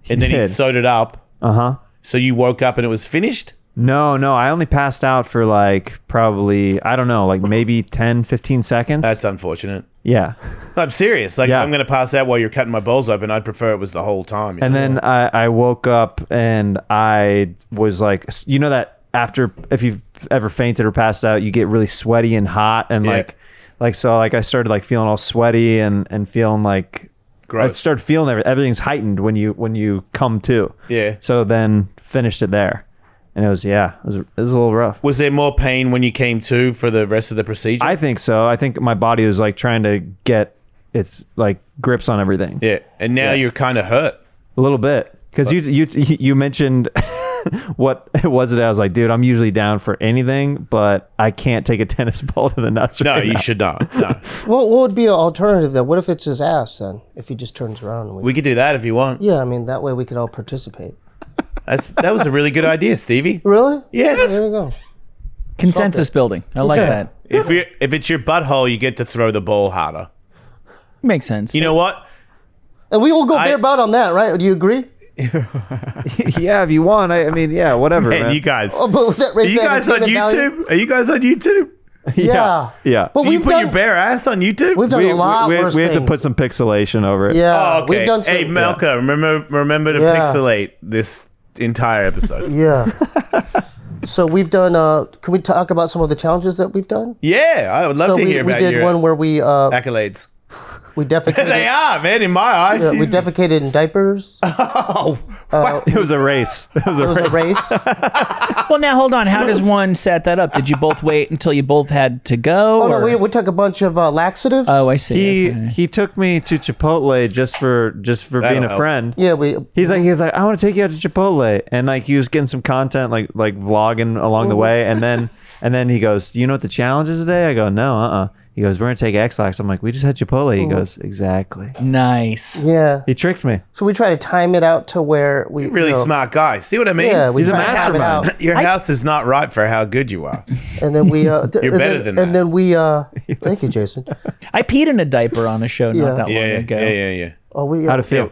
Speaker 1: And then he sewed it up.
Speaker 4: uh huh.
Speaker 1: So you woke up and it was finished?
Speaker 4: No, no, I only passed out for like probably I don't know, like maybe 10, 15 seconds.
Speaker 1: That's unfortunate.
Speaker 4: yeah.
Speaker 1: I'm serious. Like
Speaker 4: Yeah.
Speaker 1: I'm gonna pass out while you're cutting my balls open. I'd prefer it was the whole time. you
Speaker 4: And
Speaker 1: know?
Speaker 4: then I I woke up and I was like, you know that after if you've ever fainted or passed out, you get really sweaty and hot and
Speaker 1: Yeah.
Speaker 4: like like so like I started like feeling all sweaty and and feeling like I
Speaker 1: Gross.
Speaker 4: started feeling every, everything's heightened when you when you come to.
Speaker 1: Yeah.
Speaker 4: So then finished it there. And it was yeah, it was, it was a little rough.
Speaker 1: Was there more pain when you came to for the rest of the procedure?
Speaker 4: I think so. I think my body was like trying to get its like grips on everything.
Speaker 1: yeah. And now you're kind of hurt.
Speaker 4: A little bit, because you you you mentioned what was it? I was like, dude, I'm usually down for anything, but I can't take a tennis ball to the nuts.
Speaker 1: No,
Speaker 4: right
Speaker 1: you
Speaker 4: now.
Speaker 1: should not. No.
Speaker 2: What, what would be an alternative though? What if it's his ass then? If he just turns around and we,
Speaker 1: we could do that if you want.
Speaker 2: Yeah, I mean that way we could all participate.
Speaker 1: That's that was a really good idea, Stevie.
Speaker 2: Really?
Speaker 1: Yes.
Speaker 2: There you go.
Speaker 3: Consensus building. I like that.
Speaker 1: If you if it's your butthole, you get to throw the ball harder.
Speaker 3: Makes sense.
Speaker 1: You know what?
Speaker 2: And we will go
Speaker 1: I-
Speaker 2: bareback on that, right? Do you agree?
Speaker 4: yeah, if you want, I, I mean, yeah, whatever.
Speaker 1: Man,
Speaker 4: man.
Speaker 1: you guys.
Speaker 2: Oh, but with that
Speaker 1: Are you guys on YouTube? Are you guys on YouTube?
Speaker 2: Yeah.
Speaker 4: yeah.
Speaker 2: But
Speaker 1: Do you
Speaker 2: we've
Speaker 1: put
Speaker 2: done,
Speaker 1: your bare ass on YouTube?
Speaker 2: We've done
Speaker 4: we,
Speaker 2: a lot
Speaker 4: we, we-
Speaker 2: worse
Speaker 4: we have to
Speaker 2: things.
Speaker 4: put some pixelation over it.
Speaker 2: Yeah.
Speaker 1: Oh, okay.
Speaker 2: We've done some.
Speaker 1: hey, Malcolm, remember remember to
Speaker 2: Yeah.
Speaker 1: pixelate this entire episode.
Speaker 2: Yeah. so we've done. Uh, can we talk about some of the challenges that we've done?
Speaker 1: yeah, I would love
Speaker 2: so
Speaker 1: to
Speaker 2: we,
Speaker 1: hear
Speaker 2: we
Speaker 1: about
Speaker 2: did
Speaker 1: your
Speaker 2: one where we uh,
Speaker 1: accolades.
Speaker 2: we defecated.
Speaker 1: They are, man, in my eyes.
Speaker 2: yeah, we uh,
Speaker 1: Jesus.
Speaker 2: defecated in diapers. It
Speaker 1: Oh,
Speaker 4: It was a race. It was a
Speaker 2: was
Speaker 4: race.
Speaker 2: a race.
Speaker 3: Well, now hold on. How does one set that up? Did you both wait until you both had to go?
Speaker 2: Oh no,
Speaker 3: or-
Speaker 2: we, we took a bunch of uh, laxatives.
Speaker 3: oh, I see.
Speaker 4: He he took me to Chipotle just for just for
Speaker 1: That'll
Speaker 4: being a
Speaker 1: help.
Speaker 4: friend.
Speaker 2: yeah, we.
Speaker 4: He's like, he's like, I want to take you out to Chipotle, and like he was getting some content, like like vlogging along the way, and then and then he goes, "Do you know what the challenge is today?" I go, "No, uh." uh He goes, "We're gonna take Xbox." I'm like, "We just had Chipotle." He goes, "Exactly."
Speaker 3: Nice.
Speaker 2: Yeah.
Speaker 4: He tricked me.
Speaker 2: So we try to time it out to where we
Speaker 1: really
Speaker 2: you know,
Speaker 1: smart guy. See what I mean?
Speaker 2: Yeah, we
Speaker 4: He's a
Speaker 2: try to time it
Speaker 4: mastermind.
Speaker 2: out.
Speaker 1: Your house is not right for how good you are.
Speaker 2: And then we. Uh,
Speaker 1: You're better
Speaker 2: and then,
Speaker 1: than that.
Speaker 2: And then we. Uh, thank you, Jason.
Speaker 3: I peed in a diaper on a show
Speaker 2: Yeah.
Speaker 3: not that long
Speaker 1: Yeah, yeah,
Speaker 3: ago.
Speaker 1: yeah, yeah, yeah.
Speaker 2: Oh, we.
Speaker 4: How'd it feel?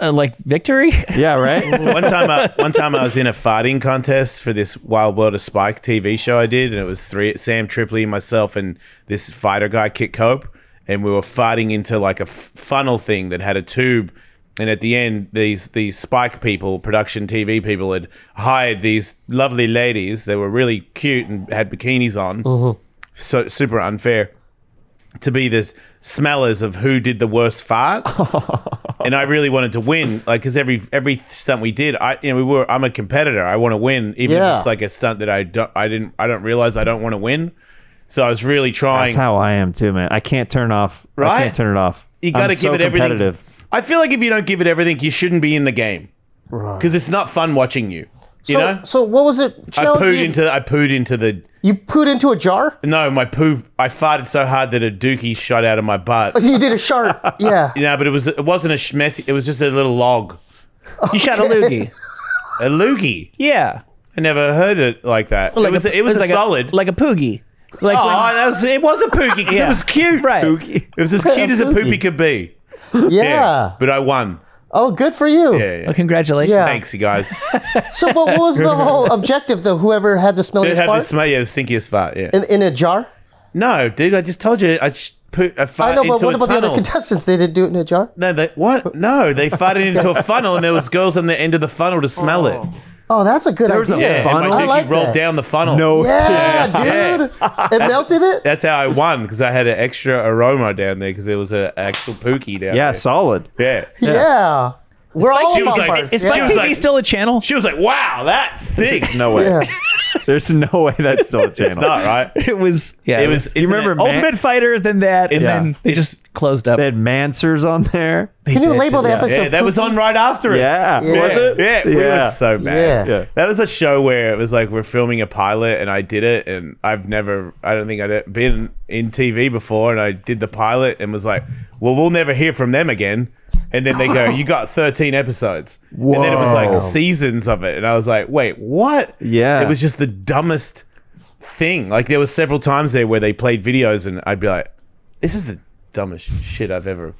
Speaker 3: Uh, like victory?
Speaker 4: Yeah, right.
Speaker 1: one time, I, one time I was in a farting contest for this Wild World of Spike TV show I did, and it was three Sam Tripoli, myself, and this fighter guy Kit Cope, and we were farting into like a f- funnel thing that had a tube. And at the end, these these Spike people, production TV people, had hired these lovely ladies. They were really cute and had bikinis on. So super unfair to be the smellers of who did the worst fart. and I really wanted to win, like because every every stunt we did, I you know we were I'm a competitor. I want to win, even
Speaker 2: Yeah.
Speaker 1: if it's like a stunt that I don't I didn't I don't realize I don't want to win. So I was really
Speaker 4: That's
Speaker 1: trying.
Speaker 4: how I am too, man. I can't turn off.
Speaker 1: Right?
Speaker 4: I can't turn it off.
Speaker 1: you got to
Speaker 4: I'm
Speaker 1: give
Speaker 4: so
Speaker 1: it everything.
Speaker 4: competitive.
Speaker 1: I feel like if you don't give it everything, you shouldn't be in the game
Speaker 2: Right.
Speaker 1: because it's not fun watching you. You
Speaker 2: so,
Speaker 1: know,
Speaker 2: so what was it?
Speaker 1: I
Speaker 2: challenge
Speaker 1: pooed
Speaker 2: you-
Speaker 1: into I pooed into the
Speaker 2: You pooed into a jar.
Speaker 1: no my poo. I farted so hard that a dookie shot out of my butt.
Speaker 2: You did a shard. Yeah.
Speaker 1: No, but it was it wasn't a sh- messy. It was just a little log,
Speaker 3: You shot a loogie.
Speaker 1: a loogie.
Speaker 3: Yeah.
Speaker 1: I never heard it like that.
Speaker 3: Like
Speaker 1: it was
Speaker 3: a-
Speaker 1: a, it was,
Speaker 3: like
Speaker 1: a solid.
Speaker 3: like a poogie. Like
Speaker 1: oh,
Speaker 3: when-
Speaker 1: that was, it was a pookie 'cause
Speaker 3: Yeah.
Speaker 1: it was cute.
Speaker 3: Right.
Speaker 1: Pookie. It was as cute as a
Speaker 2: pookie.
Speaker 1: poopy could be.
Speaker 2: Yeah.
Speaker 1: But I won.
Speaker 2: Oh, good for you.
Speaker 1: Yeah, yeah.
Speaker 3: Well, congratulations.
Speaker 2: Yeah.
Speaker 1: Thanks, you guys.
Speaker 2: So, what, what was the whole objective though? Whoever had the
Speaker 1: Did
Speaker 2: smelliest
Speaker 1: have
Speaker 2: fart
Speaker 1: this smell? Yeah, the stinkiest fart. Yeah.
Speaker 2: in, in a jar.
Speaker 1: no, dude, I just told you I sh- put a fart
Speaker 2: I know, but
Speaker 1: Uh, into
Speaker 2: what
Speaker 1: a
Speaker 2: about the
Speaker 1: tunnel.
Speaker 2: other contestants? They didn't do it in a jar.
Speaker 1: no, they, what? No, they farted into a funnel, and there was girls on the end of the funnel to smell it.
Speaker 2: Oh, that's a good
Speaker 4: There was a
Speaker 2: idea.
Speaker 1: Yeah, and my
Speaker 4: Funnel? I
Speaker 1: dookie
Speaker 2: like
Speaker 1: rolled
Speaker 2: that.
Speaker 1: down the funnel.
Speaker 4: No,
Speaker 2: Yeah, dude. It melted it.
Speaker 1: That's how I won because I had an extra aroma down there because there was an actual pookie down
Speaker 4: yeah,
Speaker 1: there.
Speaker 4: solid.
Speaker 1: Yeah.
Speaker 2: Yeah. We're all
Speaker 1: She was
Speaker 2: about
Speaker 1: like-
Speaker 2: farts.
Speaker 3: Is
Speaker 1: Yeah.
Speaker 3: Spike
Speaker 1: She was
Speaker 3: TV
Speaker 1: like-
Speaker 3: still a channel?
Speaker 1: She was like, wow, that stinks. No way.
Speaker 2: Yeah.
Speaker 4: There's no way that's still a channel.
Speaker 1: It's not, right?
Speaker 3: It was. Yeah.
Speaker 1: It was.
Speaker 4: you
Speaker 1: isn't
Speaker 4: remember
Speaker 1: it-
Speaker 4: Man-
Speaker 3: Ultimate Fighter, then that, and
Speaker 1: It's-
Speaker 3: then
Speaker 1: Yeah.
Speaker 3: they just closed up.
Speaker 4: They had Mansers on there.
Speaker 2: Can you label the episode?
Speaker 1: yeah, that was
Speaker 2: Pookie?
Speaker 1: on right after us.
Speaker 4: Yeah.
Speaker 1: yeah.
Speaker 2: Was
Speaker 4: it?
Speaker 1: Yeah, we
Speaker 4: Yeah.
Speaker 1: were so bad.
Speaker 2: Yeah.
Speaker 4: Yeah.
Speaker 1: That was a show where it was like we're filming a pilot, and I did it, and I've never, I don't think I'd been in TV before, and I did the pilot, and was like, well, we'll never hear from them again. And then they go, you got 13 episodes. And then it was like
Speaker 4: Whoa.
Speaker 1: seasons of it, and I was like, wait, what?
Speaker 4: Yeah.
Speaker 1: it was just the dumbest thing. Like there was several times there where they played videos, and I'd be like, this is the dumbest shit I've ever.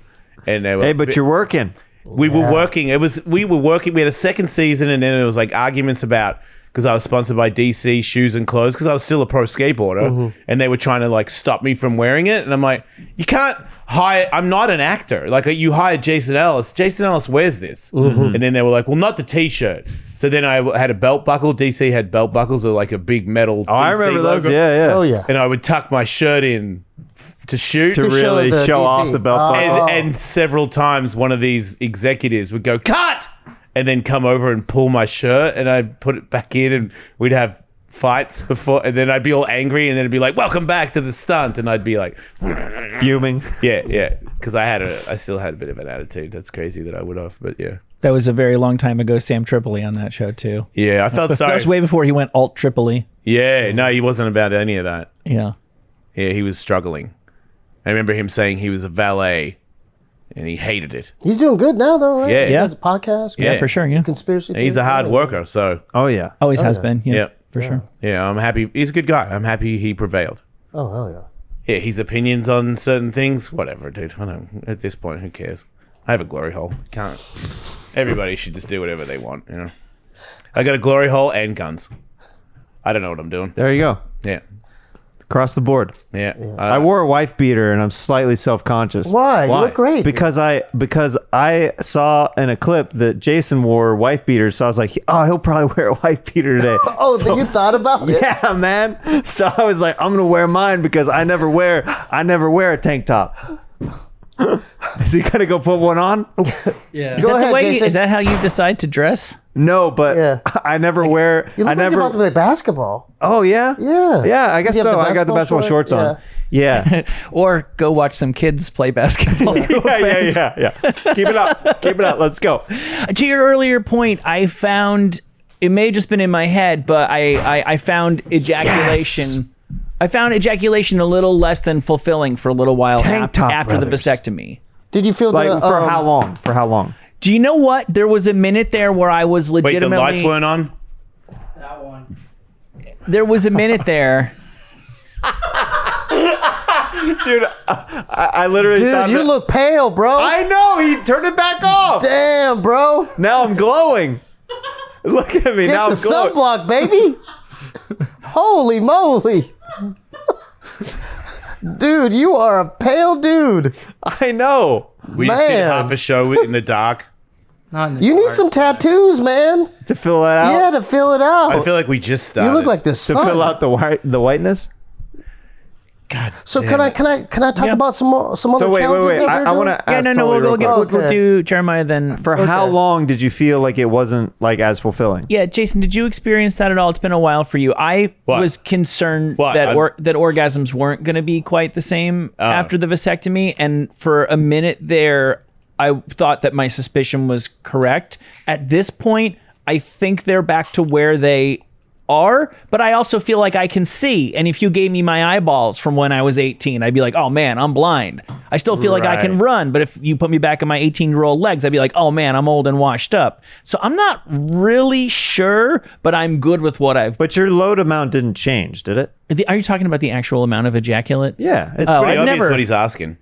Speaker 1: And they were,
Speaker 4: Hey, but you're working.
Speaker 1: we were working. It was we were working. We had a second season, and then there was like arguments about because I was sponsored by DC Shoes and Clothes because I was still a pro skateboarder, and they were trying to like stop me from wearing it. And I'm like, you can't hire. I'm not an actor. Like you hired Jason Ellis. Jason Ellis wears this, and then they were like, well, not the T-shirt. So then I w- had a belt buckle. DC had belt buckles or like a big metal.
Speaker 4: Oh, I
Speaker 1: DC
Speaker 4: remember those.
Speaker 1: logo.
Speaker 4: Yeah, yeah.
Speaker 2: Oh yeah.
Speaker 1: And I would tuck my shirt in f- to shoot.
Speaker 4: To
Speaker 2: show
Speaker 4: really
Speaker 2: the
Speaker 4: show,
Speaker 2: DC.
Speaker 4: off the belt
Speaker 2: Oh.
Speaker 4: buckle.
Speaker 1: and, and several times, one of these executives would go cut, and then come over and pull my shirt, and I'd put it back in, and we'd have fights before, and then I'd be all angry, and then it'd be like, "Welcome back to the stunt," and I'd be like,
Speaker 4: fuming.
Speaker 1: "Yeah, yeah," because I had a, I still had a bit of an attitude. That's crazy that I would have, but yeah,
Speaker 3: That was a very long time ago. Sam Tripoli on that show too.
Speaker 1: yeah, I felt
Speaker 3: That
Speaker 1: sorry.
Speaker 3: was way before he went alt Tripoli.
Speaker 1: Yeah, no, he wasn't about any of that.
Speaker 3: Yeah.
Speaker 1: Yeah, he was struggling. I remember him saying he was a valet, and he hated it.
Speaker 2: He's doing good now though, right?
Speaker 1: Yeah.
Speaker 2: He does a podcast.
Speaker 1: Yeah.
Speaker 3: Yeah, for sure. Yeah.
Speaker 2: Conspiracy.
Speaker 1: And he's a
Speaker 2: theory.
Speaker 1: hard worker, so
Speaker 4: Oh yeah.
Speaker 3: Always has been. Yeah.
Speaker 1: Yeah.
Speaker 3: For sure.
Speaker 1: yeah, I'm happy. He's a good guy. I'm happy he prevailed.
Speaker 2: Oh hell yeah.
Speaker 1: Yeah, his opinions on certain things, whatever, dude. I don't. At this point, who cares? I have a glory hole. Can't. Everybody should just do whatever they want. You know. I got a glory hole and guns. I don't know what I'm doing.
Speaker 4: There you go.
Speaker 1: Yeah,
Speaker 4: Across the board.
Speaker 1: yeah. Uh,
Speaker 4: I
Speaker 1: I
Speaker 4: wore a wife beater and I'm slightly self conscious.
Speaker 2: Why? You look great.
Speaker 4: Because I because I saw in a clip that Jason wore wife beaters, so I was like, oh, he'll probably wear a wife beater today.
Speaker 2: Oh,
Speaker 4: So-
Speaker 2: then you thought about it.
Speaker 4: yeah, man. So I was like, I'm gonna wear mine because I never wear I never wear a tank top. so you gotta go put one on?
Speaker 3: Is that,
Speaker 2: Go
Speaker 3: the
Speaker 2: ahead,
Speaker 3: way-
Speaker 2: Jason.
Speaker 3: is that how you decide to dress?
Speaker 4: No, but
Speaker 2: Yeah.
Speaker 4: I never wear.
Speaker 2: You look
Speaker 4: I
Speaker 2: like
Speaker 4: never.
Speaker 2: you're about to play basketball.
Speaker 4: oh yeah.
Speaker 2: Yeah.
Speaker 4: Yeah, I guess
Speaker 2: You have
Speaker 4: so.
Speaker 2: the
Speaker 4: I got the
Speaker 2: basketball
Speaker 4: basketball
Speaker 2: short?
Speaker 4: shorts on. Yeah.
Speaker 3: Or go watch some kids play basketball.
Speaker 4: yeah, yeah, yeah, yeah. Keep it up. Keep it up. Let's go.
Speaker 3: to your earlier point, I found it may have just been in my head, but I I, I found ejaculation. I found ejaculation a little less than fulfilling for a little while
Speaker 4: Tank
Speaker 3: af-
Speaker 4: top
Speaker 3: after
Speaker 4: brothers.
Speaker 3: the vasectomy.
Speaker 2: Did you feel
Speaker 4: Like
Speaker 2: the,
Speaker 4: for
Speaker 2: um,
Speaker 4: how long? For how long?
Speaker 3: Do you know what? There was a minute there where I was
Speaker 1: wait. The
Speaker 3: legitimately.
Speaker 1: lights weren't on.
Speaker 3: There was a minute there.
Speaker 4: Dude, I, I literally
Speaker 2: Dude, you look pale, bro.
Speaker 4: I know. He turned it back off.
Speaker 2: Damn, bro.
Speaker 4: Now I'm glowing. Look at me.
Speaker 2: Get
Speaker 4: now
Speaker 2: the
Speaker 4: I'm glowing.
Speaker 2: sunblock, baby. Holy moly. Dude, you are a pale dude.
Speaker 4: I know.
Speaker 1: We just did
Speaker 2: Man.
Speaker 1: half a show in the dark.
Speaker 2: You need some tattoos, man.
Speaker 4: To fill that out.
Speaker 2: Yeah, to fill it
Speaker 1: I
Speaker 2: out.
Speaker 1: feel like we just started.
Speaker 2: You look like the
Speaker 4: to fill
Speaker 2: sun.
Speaker 4: out the white the whiteness.
Speaker 2: So can I can I can I talk
Speaker 3: Yeah.
Speaker 2: about some more some other
Speaker 4: So wait, wait,
Speaker 2: challenges
Speaker 4: wait.
Speaker 2: that
Speaker 4: I,
Speaker 2: they're
Speaker 4: I
Speaker 2: doing?
Speaker 4: want to.
Speaker 3: Yeah, no, no, we'll, we'll, get, we'll, we'll
Speaker 2: Okay.
Speaker 3: do Jeremiah then.
Speaker 4: For how
Speaker 2: Okay.
Speaker 4: long did you feel like it wasn't like as fulfilling?
Speaker 3: yeah, Jason, did you experience that at all? It's been a while for you. I
Speaker 1: What?
Speaker 3: was concerned
Speaker 1: What?
Speaker 3: that
Speaker 1: I'm-
Speaker 3: or, that orgasms weren't going to be quite the same after the vasectomy, and for a minute there, I thought that my suspicion was correct. At this point, I think they're back to where they are, but I also feel like I can see. And if you gave me my eyeballs from when I was 18, I'd be like, "Oh man, I'm blind." I still feel like I can
Speaker 4: Right.
Speaker 3: run, but if you put me back in my 18 year old legs, I'd be like, oh man, I'm old and washed up. So I'm not really sure, but I'm good with what I've.
Speaker 4: But your load amount didn't change, did it?
Speaker 3: The- Are you talking about the actual amount of ejaculate?
Speaker 4: Yeah. It's
Speaker 3: Oh,
Speaker 1: Pretty
Speaker 3: I've
Speaker 1: obvious
Speaker 3: never.
Speaker 1: what he's asking.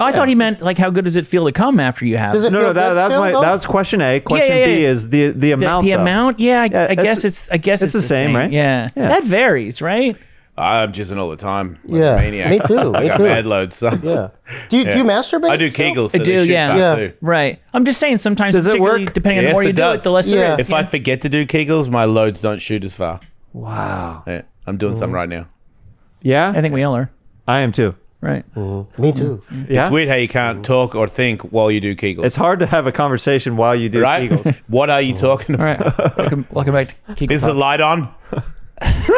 Speaker 3: I thought he meant like how good does it feel to come after you have?
Speaker 2: Does it
Speaker 4: no,
Speaker 2: feel
Speaker 4: no, that,
Speaker 2: good
Speaker 4: that's
Speaker 2: still,
Speaker 4: my
Speaker 2: though?
Speaker 4: that's question A. Question
Speaker 3: yeah,
Speaker 4: B
Speaker 3: yeah.
Speaker 4: is the the
Speaker 3: the,
Speaker 4: amount.
Speaker 3: the
Speaker 4: though.
Speaker 3: amount? Yeah, I, I
Speaker 4: that's-
Speaker 3: guess it's. I guess
Speaker 4: it's
Speaker 3: it's,
Speaker 4: the same, right?
Speaker 3: Yeah.
Speaker 4: Yeah.
Speaker 3: that varies, right?
Speaker 1: I'm jizzing all the time. Like
Speaker 2: Yeah,
Speaker 1: a maniac.
Speaker 2: me too,
Speaker 1: I
Speaker 2: me
Speaker 1: got
Speaker 2: too.
Speaker 1: mad loads. So.
Speaker 2: Yeah. Do you do you masturbate?
Speaker 1: I do
Speaker 2: still?
Speaker 1: Kegels. So
Speaker 3: I do,
Speaker 1: They shoot
Speaker 3: yeah.
Speaker 1: fat
Speaker 2: Yeah.
Speaker 1: Too.
Speaker 3: Right. I'm just saying. Sometimes
Speaker 4: Does it
Speaker 3: particularly
Speaker 4: work?
Speaker 3: Depending on
Speaker 1: Yes,
Speaker 3: the more you
Speaker 1: it
Speaker 3: do
Speaker 1: does.
Speaker 3: it, the less
Speaker 2: Yeah.
Speaker 3: there is.
Speaker 1: If I forget to do Kegels, my loads don't shoot as far.
Speaker 4: Wow.
Speaker 1: Yeah, I'm doing some right now.
Speaker 4: Yeah.
Speaker 3: I think we all are.
Speaker 4: I am too.
Speaker 3: Right.
Speaker 2: Me too.
Speaker 4: Yeah.
Speaker 1: It's weird how you can't talk or think while you do Kegels.
Speaker 4: It's hard to have a conversation while you do
Speaker 1: right?
Speaker 4: Kegels.
Speaker 1: what are you talking
Speaker 3: All
Speaker 1: about?
Speaker 3: right. welcome, welcome back to Kegel
Speaker 1: Is the
Speaker 3: Pop.
Speaker 1: light on?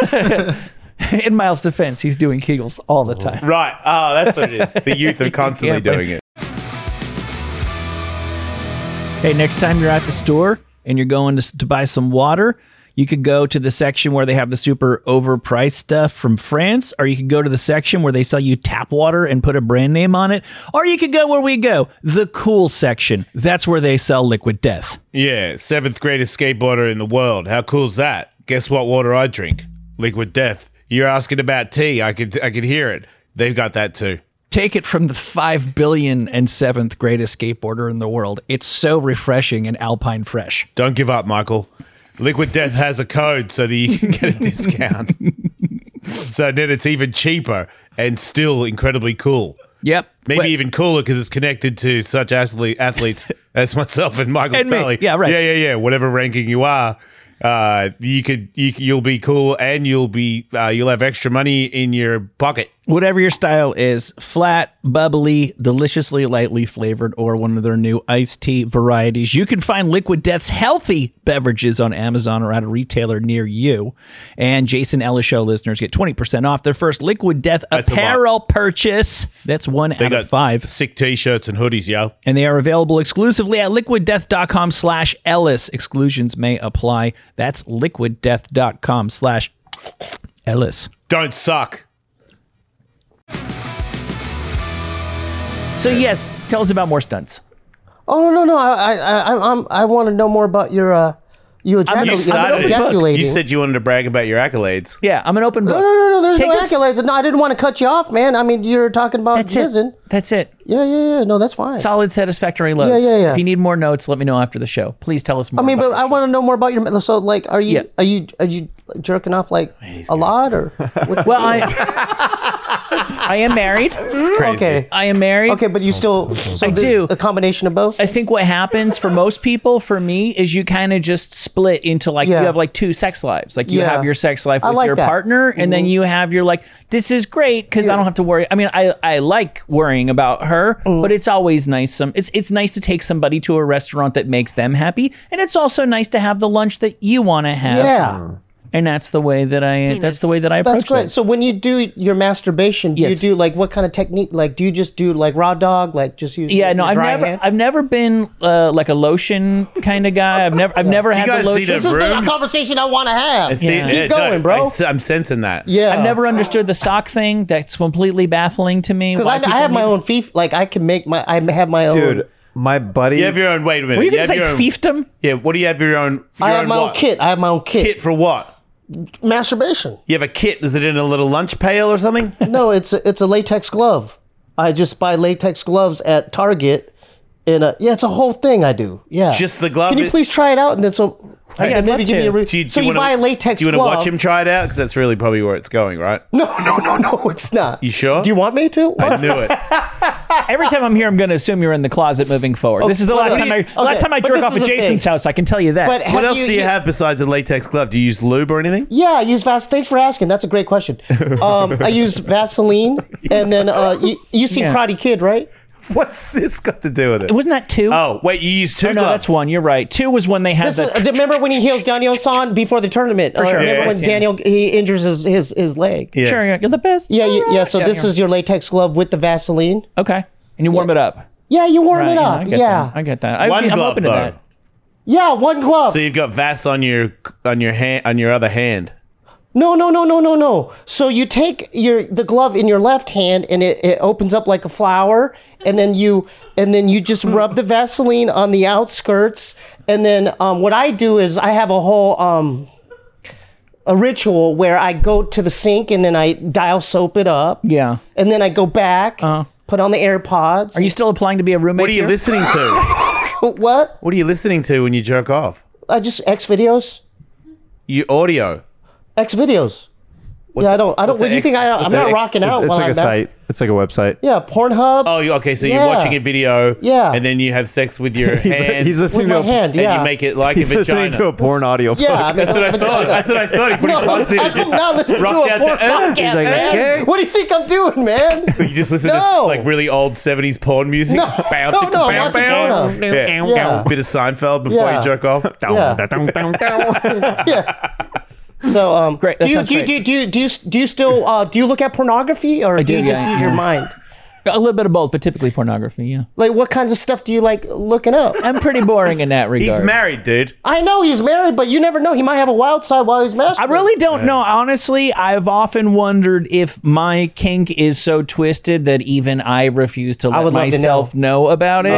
Speaker 3: In Miles' defense, he's doing Kegels all the time.
Speaker 1: Right. Oh, that's what it is. The youth are constantly
Speaker 3: Yeah, but-
Speaker 1: doing it.
Speaker 3: Hey, next time you're at the store and you're going to, to buy some water, you could go to the section where they have the super overpriced stuff from France, or you could go to the section where they sell you tap water and put a brand name on it, or you could go where we go, the cool section. That's where they sell liquid death.
Speaker 1: Yeah, seventh greatest skateboarder in the world. How cool's that? Guess what water I drink? Liquid death. You're asking about tea. I could I could hear it. They've got that too.
Speaker 3: Take it from the 5 billion and seventh greatest skateboarder in the world. It's so refreshing and alpine fresh.
Speaker 1: Don't give up, Michael. Liquid Death has a code so that you can get a discount. so then it's even cheaper and still incredibly cool.
Speaker 5: Yep.
Speaker 1: Maybe
Speaker 5: Wait,
Speaker 1: even cooler because it's connected to such athlete, athletes as myself and Michael
Speaker 5: And me.
Speaker 1: Tully.
Speaker 5: Yeah, right.
Speaker 1: Yeah, yeah, yeah. Whatever ranking you are, uh, you could you, c- you'll be cool and you'll be uh, you'll have extra money in your pocket.
Speaker 5: whatever your style is, flat, bubbly, deliciously lightly flavored, or one of their new iced tea varieties. You can find Liquid Death's healthy beverages on Amazon or at a retailer near you. And Jason Ellis Show listeners get 20% off their first Liquid Death
Speaker 1: That's a lot.
Speaker 5: apparel purchase. That's one out of five.
Speaker 1: sick t-shirts and hoodies, yo.
Speaker 5: and they are available exclusively at liquiddeath.com slash ellis exclusions may apply that's liquiddeath.com slash ellis
Speaker 1: Don't suck.
Speaker 5: so yes tell us about more stunts
Speaker 2: Oh no no no! I I I, I'm, I want to know more about your uh, you
Speaker 5: You
Speaker 2: ejaculating.
Speaker 5: started it.
Speaker 2: ejaculating.
Speaker 1: You said you wanted to brag about your accolades.
Speaker 5: yeah i'm an open book
Speaker 2: no no no! There's
Speaker 5: Take
Speaker 2: no
Speaker 5: us-
Speaker 2: accolades. No, I didn't want to cut you off, man. I mean, you're talking about
Speaker 5: that's
Speaker 2: jizzing.
Speaker 5: it that's it
Speaker 2: Yeah yeah yeah. No, that's fine.
Speaker 5: solid satisfactory loads
Speaker 2: yeah, yeah.
Speaker 5: if you need more notes let me know after the show please tell us more
Speaker 2: I mean,
Speaker 5: about
Speaker 2: but I
Speaker 5: it.
Speaker 2: want to know more about your. So, like, are you
Speaker 5: Yeah.
Speaker 2: are you are you jerking off like a lot or? Which,
Speaker 5: well i i am married
Speaker 2: okay,
Speaker 5: i am married
Speaker 2: okay, but you
Speaker 1: Oh,
Speaker 2: still. So
Speaker 5: I
Speaker 2: the-
Speaker 5: do.
Speaker 2: a combination of both.
Speaker 5: I think what happens for most people, for me, is you kind of just split into like
Speaker 2: Yeah.
Speaker 5: you have like two sex lives. Like you
Speaker 2: Yeah.
Speaker 5: have your sex life
Speaker 2: I
Speaker 5: with
Speaker 2: like
Speaker 5: your
Speaker 2: that. Mm-hmm.
Speaker 5: partner, and then you have your like this is great because I don't have to worry. I mean, I I like worrying about her,
Speaker 2: Mm-hmm.
Speaker 5: but it's always nice. Some it's it's nice to take somebody to a restaurant that makes them happy, and it's also nice to have the lunch that you want to have. Mm-hmm.
Speaker 2: yeah,
Speaker 5: and that's the way that I that's the way that I
Speaker 2: that's
Speaker 5: approach
Speaker 2: great.
Speaker 5: it.
Speaker 2: So when you do your masturbation, do
Speaker 5: Yes.
Speaker 2: you do like what kind of technique? Like, do you just do like raw dog? Like, just use
Speaker 5: Yeah,
Speaker 2: your-
Speaker 5: no,
Speaker 2: your
Speaker 5: I've
Speaker 2: dry
Speaker 5: never,
Speaker 2: hand?
Speaker 5: I've never been uh, like a lotion kind of guy. I've never, I've never had
Speaker 1: guys
Speaker 5: the
Speaker 1: need
Speaker 5: lotion.
Speaker 1: a
Speaker 2: this is
Speaker 1: room.
Speaker 2: not a conversation I want to have.
Speaker 1: See,
Speaker 5: Yeah.
Speaker 1: yeah,
Speaker 2: Keep going,
Speaker 1: no,
Speaker 2: bro.
Speaker 1: I s- I'm sensing that.
Speaker 2: yeah,
Speaker 5: I've never understood the sock thing. That's completely baffling to me.
Speaker 2: because
Speaker 5: Why
Speaker 2: I,
Speaker 5: people
Speaker 2: I have my
Speaker 5: need-
Speaker 2: own fief. Like, I can make my. I have my own.
Speaker 4: dude. My buddy.
Speaker 1: You have your own. Wait a minute.
Speaker 5: Were you
Speaker 1: You
Speaker 5: gonna
Speaker 1: have
Speaker 5: say
Speaker 1: your own-
Speaker 5: fiefdom?
Speaker 1: Yeah. What do you have your own?
Speaker 2: I
Speaker 1: your
Speaker 2: have my own
Speaker 1: what?
Speaker 2: kit. I have my own kit.
Speaker 1: Kit for what?
Speaker 2: Masturbation.
Speaker 1: You have a kit. Is it in a little lunch pail or something?
Speaker 2: No, it's a, it's a latex glove. I just buy latex gloves at Target. And uh, yeah, it's a whole thing I do. Yeah,
Speaker 1: Just the glove
Speaker 2: Can you
Speaker 1: is-
Speaker 2: please try it out and then so? and
Speaker 5: I'd
Speaker 2: then maybe
Speaker 5: love
Speaker 2: give me
Speaker 5: to.
Speaker 2: a re-
Speaker 1: Do you, do
Speaker 2: so you,
Speaker 1: wanna,
Speaker 2: buy a latex
Speaker 1: Do you
Speaker 2: glove.
Speaker 1: want to watch him try it out? Because that's really probably where it's going, right?
Speaker 2: No, no, no, no, it's not.
Speaker 1: You sure?
Speaker 2: Do you want me to?
Speaker 1: I knew it.
Speaker 5: Every time I'm here, I'm going to assume you're in the closet moving forward. this is the
Speaker 2: well,
Speaker 5: last
Speaker 2: what
Speaker 5: time
Speaker 2: do
Speaker 5: I
Speaker 2: you-
Speaker 5: the last
Speaker 2: okay,
Speaker 5: time I
Speaker 2: but
Speaker 5: jerk
Speaker 2: this
Speaker 5: off
Speaker 2: is
Speaker 5: at
Speaker 2: the thing.
Speaker 5: Jason's house. I can tell you that.
Speaker 2: But have
Speaker 1: what else do you have besides a latex glove? Do you use lube or anything?
Speaker 2: Yeah, I use Vaseline. Thanks for asking. That's a great question. Um, I use Vaseline, and then uh, you, you see
Speaker 5: Yeah.
Speaker 2: Karate Kid, right?
Speaker 1: What's this got to do with it?
Speaker 5: Wasn't that two?
Speaker 1: oh, wait, you use two
Speaker 5: no,
Speaker 1: gloves.
Speaker 5: that's one. You're right. Two was when they had
Speaker 2: This
Speaker 5: the.
Speaker 2: is, remember when he heals Daniel San before the tournament? Uh,
Speaker 5: sure.
Speaker 2: Remember
Speaker 1: Yeah,
Speaker 2: when
Speaker 5: yeah.
Speaker 2: Daniel he injures his his, his leg?
Speaker 1: Yes.
Speaker 5: Sure, you're the best.
Speaker 2: Yeah, yeah, yeah. So
Speaker 5: Yeah,
Speaker 2: this
Speaker 5: yeah.
Speaker 2: is your latex glove with the Vaseline.
Speaker 5: Okay, and you warm it up.
Speaker 2: Yeah, you warm
Speaker 5: Right,
Speaker 2: it
Speaker 5: yeah, I
Speaker 2: up.
Speaker 5: get
Speaker 2: Yeah,
Speaker 5: that. I get that. I,
Speaker 1: One
Speaker 5: I'm
Speaker 1: glove,
Speaker 5: open
Speaker 1: though.
Speaker 5: to that.
Speaker 2: yeah, one glove.
Speaker 1: So you've got Vass on your on your hand on your other hand.
Speaker 2: No, no, no, no, no, no. So you take your the glove in your left hand, and it, it opens up like a flower, and then you and then you just rub the Vaseline on the outskirts, and then um, what I do is I have a whole um, a ritual where I go to the sink and then I dial soap it up,
Speaker 5: Yeah.
Speaker 2: and then I go back, put on the AirPods.
Speaker 5: Uh-huh.
Speaker 2: Oh,
Speaker 5: Are you still applying to be a roommate?
Speaker 1: What are you
Speaker 5: here?
Speaker 1: listening to?
Speaker 2: what?
Speaker 1: what are you listening to when you jerk off?
Speaker 2: I just X videos,
Speaker 1: You audio.
Speaker 2: X videos.
Speaker 1: What's
Speaker 2: yeah, I
Speaker 1: it-
Speaker 2: don't. I don't.
Speaker 1: what's
Speaker 2: What
Speaker 1: an
Speaker 2: do you
Speaker 1: X-
Speaker 2: think I?
Speaker 1: what's
Speaker 2: I'm
Speaker 1: an
Speaker 2: not
Speaker 1: X-
Speaker 2: rocking out
Speaker 4: It's
Speaker 2: while
Speaker 4: like
Speaker 2: I'm
Speaker 4: a
Speaker 2: mas-
Speaker 4: site. It's like a website.
Speaker 2: Yeah, Pornhub.
Speaker 1: Oh, you- okay. So
Speaker 2: Yeah.
Speaker 1: you're watching a video.
Speaker 2: Yeah.
Speaker 1: And then you have sex with your
Speaker 4: He's,
Speaker 1: hand.
Speaker 4: he's
Speaker 2: with
Speaker 4: listening
Speaker 2: my
Speaker 4: to. A,
Speaker 2: hand,
Speaker 1: and
Speaker 2: yeah.
Speaker 1: you make it like
Speaker 4: he's
Speaker 1: a
Speaker 4: listening
Speaker 1: vagina.
Speaker 4: to a porn audio.
Speaker 2: Yeah,
Speaker 4: book.
Speaker 2: I mean,
Speaker 1: That's what I thought. That's what I thought. He put his
Speaker 2: No,
Speaker 1: buttons in
Speaker 2: I
Speaker 1: and
Speaker 2: do
Speaker 1: just
Speaker 2: not listen to a
Speaker 1: rocked out
Speaker 2: porn podcast,
Speaker 1: eh.
Speaker 4: He's like,
Speaker 2: man.
Speaker 4: okay.
Speaker 2: What do you think I'm doing, man?
Speaker 1: You just listen to
Speaker 2: No.
Speaker 1: like really old seventies porn music.
Speaker 2: No.
Speaker 1: Bow,
Speaker 2: No,
Speaker 1: chicka,
Speaker 2: no,
Speaker 1: bow,
Speaker 2: watch it
Speaker 1: bow.
Speaker 2: porno.
Speaker 1: Yeah.
Speaker 2: Yeah.
Speaker 1: Bit of Seinfeld before
Speaker 2: Yeah.
Speaker 1: you jerk off.
Speaker 2: Yeah. yeah. So, um,
Speaker 5: Great, that
Speaker 2: Do you,
Speaker 5: sounds
Speaker 2: do, you, do,
Speaker 5: great.
Speaker 2: you, do, you, do you do you still uh, do you look at pornography or do,
Speaker 5: do,
Speaker 2: you just
Speaker 5: yeah. Mm-hmm.
Speaker 2: use your mind?
Speaker 5: A little bit of both, but typically pornography. Yeah,
Speaker 2: Like, what kinds of stuff do you like looking up?
Speaker 5: I'm pretty boring in that regard.
Speaker 1: He's married, dude.
Speaker 2: I know he's married, but you never know. He might have a wild side while he's masturbating.
Speaker 5: I really don't know. Honestly, I've often wondered if my kink is so twisted that even I refuse to let
Speaker 2: would love to
Speaker 5: myself know. about it.
Speaker 2: please.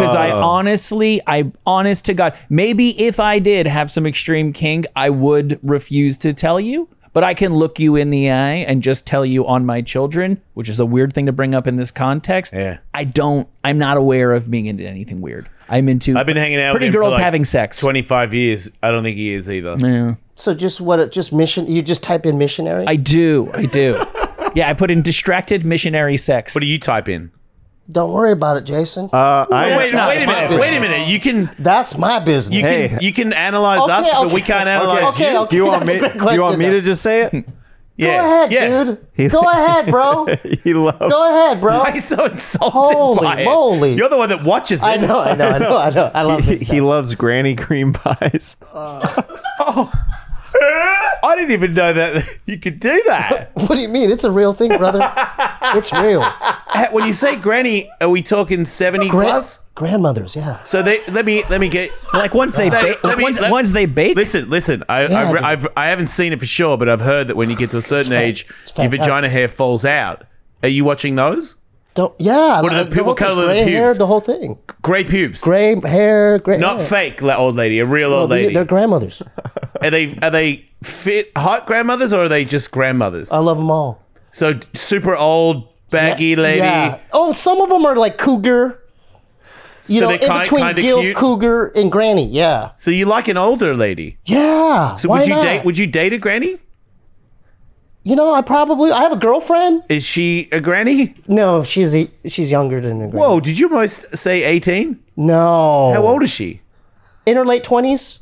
Speaker 5: Because
Speaker 1: Uh.
Speaker 5: I honestly, I honest to God, maybe if I did have some extreme kink, I would refuse to tell you. But I can look you in the eye and just tell you on my children, which is a weird thing to bring up in this context.
Speaker 1: Yeah.
Speaker 5: I don't. I'm not aware of being into anything weird.
Speaker 3: I'm into.
Speaker 1: I've been hanging out.
Speaker 3: Pretty
Speaker 1: with him
Speaker 3: girls
Speaker 1: for like
Speaker 3: having sex.
Speaker 1: Twenty five years. I don't think he is either.
Speaker 3: Yeah.
Speaker 2: So just what? Just mission? You just type in missionary?
Speaker 3: I do. I do. yeah, I put in distracted missionary sex.
Speaker 1: What do you type in?
Speaker 2: Don't worry about it, Jason.
Speaker 4: Uh,
Speaker 2: Oh,
Speaker 4: I,
Speaker 1: wait,
Speaker 3: not
Speaker 1: wait a
Speaker 3: my
Speaker 1: minute. Wait a minute. You can
Speaker 2: That's my business.
Speaker 1: you
Speaker 4: Hey.
Speaker 1: can you can analyze
Speaker 2: Okay,
Speaker 1: us, but
Speaker 2: okay,
Speaker 1: we can't
Speaker 2: okay,
Speaker 1: analyze
Speaker 2: okay,
Speaker 1: you.
Speaker 2: okay.
Speaker 4: do you want
Speaker 2: That's a
Speaker 4: me?
Speaker 2: great
Speaker 4: Do you want
Speaker 2: question,
Speaker 4: me
Speaker 2: though.
Speaker 4: to just say it?
Speaker 1: Yeah.
Speaker 2: Go ahead,
Speaker 1: yeah.
Speaker 2: dude. Go ahead, bro.
Speaker 4: he loves.
Speaker 2: Go ahead, bro.
Speaker 1: I'm so insulted
Speaker 2: Holy
Speaker 1: by it.
Speaker 2: moly.
Speaker 1: You're the one that watches it.
Speaker 2: I know, I know, I know, I know. I love
Speaker 4: He,
Speaker 2: this.
Speaker 4: he loves granny cream pies.
Speaker 1: I didn't even know that you could do that.
Speaker 2: What do you mean? It's a real thing, brother. it's real.
Speaker 1: when you say granny, are we talking seventy
Speaker 2: Gran-
Speaker 1: plus?
Speaker 2: grandmothers, yeah.
Speaker 1: So they let me let me get
Speaker 3: like once they
Speaker 1: Let-
Speaker 3: ba-
Speaker 1: let me-
Speaker 3: once,
Speaker 1: let-
Speaker 3: once they bake.
Speaker 1: Listen, listen. I,
Speaker 2: Yeah,
Speaker 1: I,
Speaker 2: dude.
Speaker 1: I, I've, I haven't seen it for sure, but I've heard that when you get to a certain
Speaker 2: fan-
Speaker 1: age,
Speaker 2: it's
Speaker 1: your
Speaker 2: fantastic.
Speaker 1: vagina hair falls out. Are you watching those?
Speaker 2: Don't. Yeah.
Speaker 1: What are the
Speaker 2: like,
Speaker 1: people
Speaker 2: whole
Speaker 1: color
Speaker 2: thing,
Speaker 1: of the
Speaker 2: gray hair,
Speaker 1: pubes?
Speaker 2: the whole thing.
Speaker 1: Grey pubes,
Speaker 2: Gray hair, gray.
Speaker 1: not
Speaker 2: hair.
Speaker 1: fake la- old lady, a real
Speaker 2: No,
Speaker 1: old
Speaker 2: they-
Speaker 1: lady.
Speaker 2: They're grandmothers.
Speaker 1: Are they are they fit hot grandmothers or are they just grandmothers?
Speaker 2: I love them all.
Speaker 1: so super old baggy lady.
Speaker 2: Uh, Yeah. Oh, some of them are like cougar. You
Speaker 1: So
Speaker 2: know,
Speaker 1: they
Speaker 2: in
Speaker 1: ki-
Speaker 2: between
Speaker 1: kinda
Speaker 2: Gil
Speaker 1: cute?
Speaker 2: Cougar and Granny. Yeah.
Speaker 1: So you like an older lady?
Speaker 2: Yeah.
Speaker 1: So
Speaker 2: why
Speaker 1: would you
Speaker 2: not?
Speaker 1: date? Would you date a granny?
Speaker 2: you know, I probably I have a girlfriend.
Speaker 1: Is she a granny?
Speaker 2: No, she's a, she's younger than a granny.
Speaker 1: Whoa! Did you most say eighteen?
Speaker 2: No.
Speaker 1: How old is she?
Speaker 2: In her late twenties.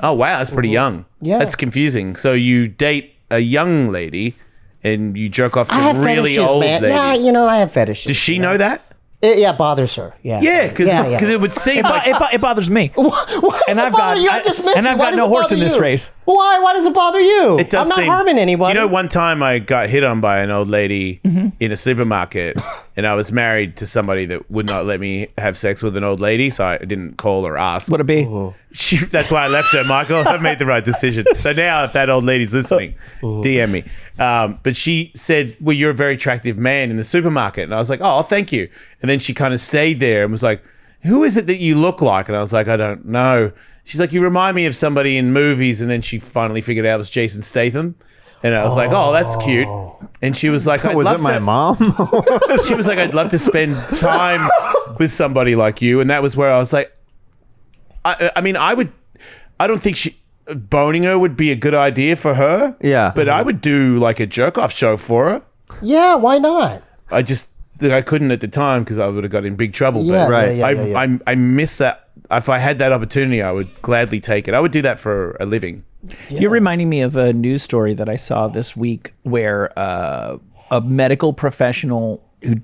Speaker 1: Oh wow, that's pretty young.
Speaker 2: Yeah.
Speaker 1: that's confusing. So you date a young lady, and you jerk off to
Speaker 2: I have
Speaker 1: really
Speaker 2: fetishes,
Speaker 1: old
Speaker 2: man.
Speaker 1: ladies.
Speaker 2: Yeah, you know, I have fetishes.
Speaker 1: Does she know that?
Speaker 2: It, yeah, it bothers her. Yeah.
Speaker 1: Yeah, because
Speaker 2: yeah, yeah.
Speaker 1: it would seem
Speaker 3: But
Speaker 1: like
Speaker 3: it, bo- it bothers me.
Speaker 2: Why does
Speaker 3: And
Speaker 2: it
Speaker 3: I've
Speaker 2: bother
Speaker 3: got-
Speaker 2: you?
Speaker 3: I-
Speaker 2: I just mentioned
Speaker 3: and I've
Speaker 2: why
Speaker 3: got
Speaker 2: does
Speaker 3: no
Speaker 2: it
Speaker 3: horse in
Speaker 2: bother
Speaker 3: this
Speaker 2: you?
Speaker 3: race.
Speaker 2: Why? Why does it bother you?
Speaker 1: it does
Speaker 2: I'm not
Speaker 1: seem,
Speaker 2: harming anybody.
Speaker 1: Do you know, one time I got hit on by an old lady
Speaker 2: Mm-hmm.
Speaker 1: in a supermarket, and I was married to somebody that would not let me have sex with an old lady, so I didn't call or ask.
Speaker 3: Would it be?
Speaker 1: She, that's why I left her, Michael. I made the right decision. So now, if that old lady's listening, DM me. Um, but she said, "Well, you're a very attractive man in the supermarket," and I was like, "Oh, thank you." And then she kind of stayed there and was like, "Who is it that you look like?" And I was like, "I don't know." She's like, "You remind me of somebody in movies," and then she finally figured out it was Jason Statham. And I was like, "Oh, that's cute." And she was like, "I
Speaker 4: Was it my mom?
Speaker 1: she was like, I'd love to spend time with somebody like you. And that was where I was like, I, I mean, I would, I don't think she, boning her would be a good idea for her.
Speaker 4: Yeah.
Speaker 1: But I would do like a jerk off show for her.
Speaker 2: Yeah. Why not?
Speaker 1: I just, I couldn't at the time because I would have got in big trouble.
Speaker 2: Yeah.
Speaker 1: but
Speaker 4: Right.
Speaker 2: Yeah, yeah,
Speaker 1: I,
Speaker 2: yeah, yeah.
Speaker 1: I, I miss that. If I had that opportunity, I would gladly take it. I would do that for a living.
Speaker 3: You're reminding me of a news story that I saw this week where uh, a medical professional who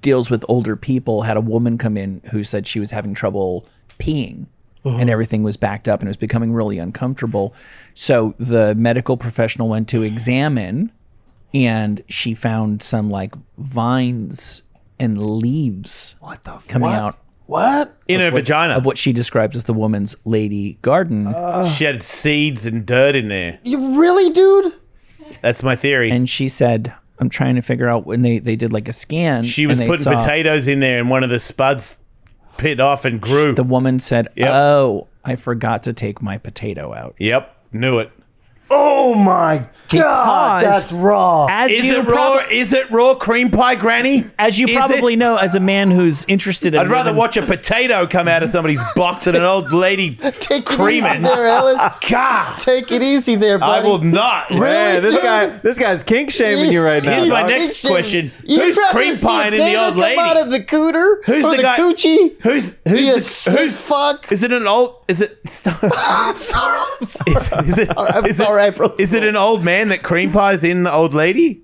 Speaker 3: deals with older people had a woman come in who said she was having trouble peeing and everything was backed up and it was becoming really uncomfortable. So the medical professional went to examine and she found some like vines and leaves what the coming out
Speaker 2: What?
Speaker 1: In her vagina,
Speaker 3: of what she describes as the woman's lady garden.
Speaker 1: she had seeds and dirt in there.
Speaker 2: You really, dude?
Speaker 1: That's my theory.
Speaker 3: and she said, "I'm trying to figure out when they they did like a scan."
Speaker 1: she
Speaker 3: and
Speaker 1: was
Speaker 3: they
Speaker 1: putting
Speaker 3: saw-
Speaker 1: potatoes in there, and one of the spuds pit off and grew.
Speaker 3: The woman said,
Speaker 1: Yep.
Speaker 3: "Oh, I forgot to take my potato out."
Speaker 1: Yep, knew it.
Speaker 2: Oh my God!
Speaker 3: Because-
Speaker 2: That's raw.
Speaker 3: As
Speaker 1: Is
Speaker 3: you
Speaker 1: it
Speaker 3: prob-
Speaker 1: raw? Is it raw cream pie, Granny?
Speaker 3: as you
Speaker 1: Is
Speaker 3: probably
Speaker 1: it-
Speaker 3: know, as a man who's interested in
Speaker 1: I'd rather
Speaker 3: women-
Speaker 1: watch a potato come out of somebody's box than an old lady
Speaker 2: Take it easy
Speaker 1: creaming.
Speaker 2: there, Ellis.
Speaker 1: God,
Speaker 2: Take it easy there,
Speaker 1: I
Speaker 2: buddy.
Speaker 1: will not.
Speaker 4: Man, this guy, this guy's kink shaming you right now.
Speaker 1: Here's my
Speaker 4: dog.
Speaker 1: next-
Speaker 2: Shit.
Speaker 1: question.
Speaker 2: You'd
Speaker 1: Who's
Speaker 2: rather
Speaker 1: cream
Speaker 2: see
Speaker 1: pieing in the
Speaker 2: Dana
Speaker 1: old
Speaker 2: come
Speaker 1: lady?
Speaker 2: out of the cooter
Speaker 1: Who's
Speaker 2: or
Speaker 1: the
Speaker 2: the
Speaker 1: guy-
Speaker 2: coochie?
Speaker 1: Who's
Speaker 2: You
Speaker 1: who's the,
Speaker 2: sick
Speaker 1: who's
Speaker 2: fuck.
Speaker 1: Is it an old? Is it?
Speaker 2: I'm sorry. I'm sorry.
Speaker 1: Is, is it?
Speaker 2: I'm
Speaker 1: is
Speaker 2: sorry, I
Speaker 1: It,
Speaker 2: broke
Speaker 1: is it an old man that cream pies in the old lady?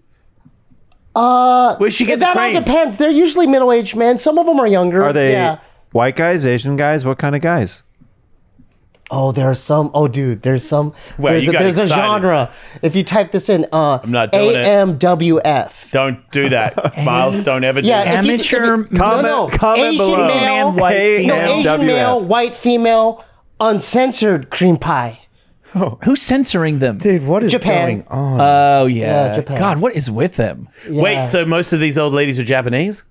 Speaker 1: Uh, where she get the
Speaker 2: That all
Speaker 1: cream?
Speaker 2: depends. They're usually middle-aged men. Some of them are younger.
Speaker 4: Are they
Speaker 2: Yeah.
Speaker 4: white guys, Asian guys? What kind of guys?
Speaker 2: Oh, there are some. Oh, dude, there's some.
Speaker 1: Well,
Speaker 2: there's
Speaker 1: you
Speaker 2: a,
Speaker 1: got
Speaker 2: there's a
Speaker 1: excited.
Speaker 2: genre. If you type this in, uh, I'm
Speaker 1: not doing it.
Speaker 2: AMWF.
Speaker 1: Don't do that, Miles. Don't ever do
Speaker 2: Yeah,
Speaker 1: that.
Speaker 2: if you-
Speaker 3: Amateur
Speaker 2: if you-
Speaker 4: Comment-
Speaker 2: no, no.
Speaker 4: comment
Speaker 2: Asian
Speaker 4: below.
Speaker 2: male,
Speaker 3: Man, white
Speaker 4: Hey,
Speaker 2: no,
Speaker 3: female.
Speaker 4: man.
Speaker 2: Asian
Speaker 4: AMWF.
Speaker 2: male, white female, uncensored cream pie.
Speaker 3: who's censoring them?
Speaker 4: what is
Speaker 2: Japan. going
Speaker 4: on?
Speaker 3: Oh yeah,
Speaker 2: Yeah, Japan.
Speaker 3: God, what is with them?
Speaker 2: Yeah.
Speaker 1: Wait, so most of these old ladies are Japanese?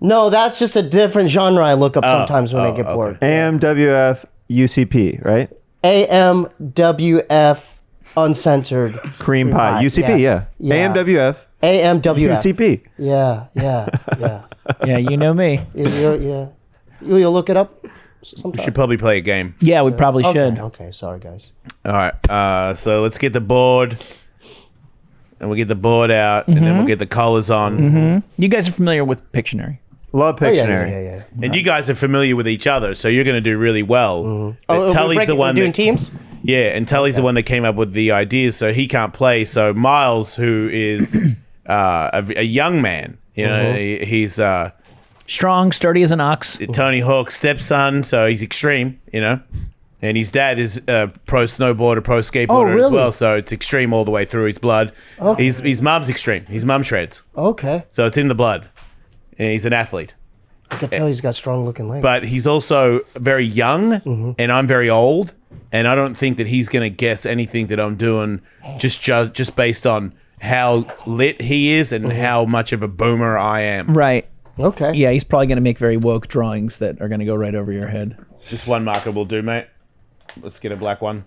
Speaker 2: No, that's just a different genre I look up
Speaker 1: Oh,
Speaker 2: sometimes when I get bored.
Speaker 4: AMWF UCP, right?
Speaker 2: AMWF uncensored.
Speaker 4: Cream pie.
Speaker 2: pie,
Speaker 4: UCP, yeah.
Speaker 2: yeah. Yeah.
Speaker 4: AMWF
Speaker 2: AMWF.
Speaker 4: UCP.
Speaker 2: Yeah, yeah, yeah.
Speaker 3: Yeah, you know me.
Speaker 2: You're- yeah. Will you look it up? Sometime?
Speaker 1: Should probably play a game.
Speaker 3: Yeah, we probably
Speaker 2: okay,
Speaker 3: should.
Speaker 2: okay, sorry guys.
Speaker 1: All right. Uh, so let's get the board. And we'll get the board out, and
Speaker 2: Mm-hmm.
Speaker 1: then we'll get the collars on.
Speaker 3: You guys are familiar with Pictionary.
Speaker 4: Love
Speaker 2: Oh,
Speaker 4: Pictionary.
Speaker 2: yeah, yeah, yeah, yeah.
Speaker 1: And you guys are familiar with each other, so you're going to do really well. But
Speaker 2: Oh,
Speaker 1: Tully's
Speaker 2: we're
Speaker 1: the one
Speaker 2: doing
Speaker 1: that,
Speaker 2: teams.
Speaker 1: Yeah, and Tully's the one that came up with the ideas, so he can't play. So Miles, who is uh, a, a young man, you know,
Speaker 2: Uh-huh.
Speaker 1: he, he's uh,
Speaker 3: Strong, sturdy as an ox.
Speaker 1: Mm-hmm. Tony Hawk's stepson, so he's extreme, you know. And his dad is a pro snowboarder, pro skateboarder as
Speaker 2: really?
Speaker 1: well, so it's extreme all the way through his blood. His, his mum's extreme. His mum shreds,
Speaker 2: Okay,
Speaker 1: so it's in the blood. And he's an athlete.
Speaker 2: I can tell he's got strong looking legs.
Speaker 1: but he's also very young and I'm very old and I don't think that he's going to guess anything that I'm doing just ju- just based on how lit he is and how much of a boomer I am.
Speaker 3: Right.
Speaker 2: okay,
Speaker 3: Yeah, he's probably going to make very woke drawings that are going to go right over your head.
Speaker 1: Just one marker will do, mate. Let's get a black one.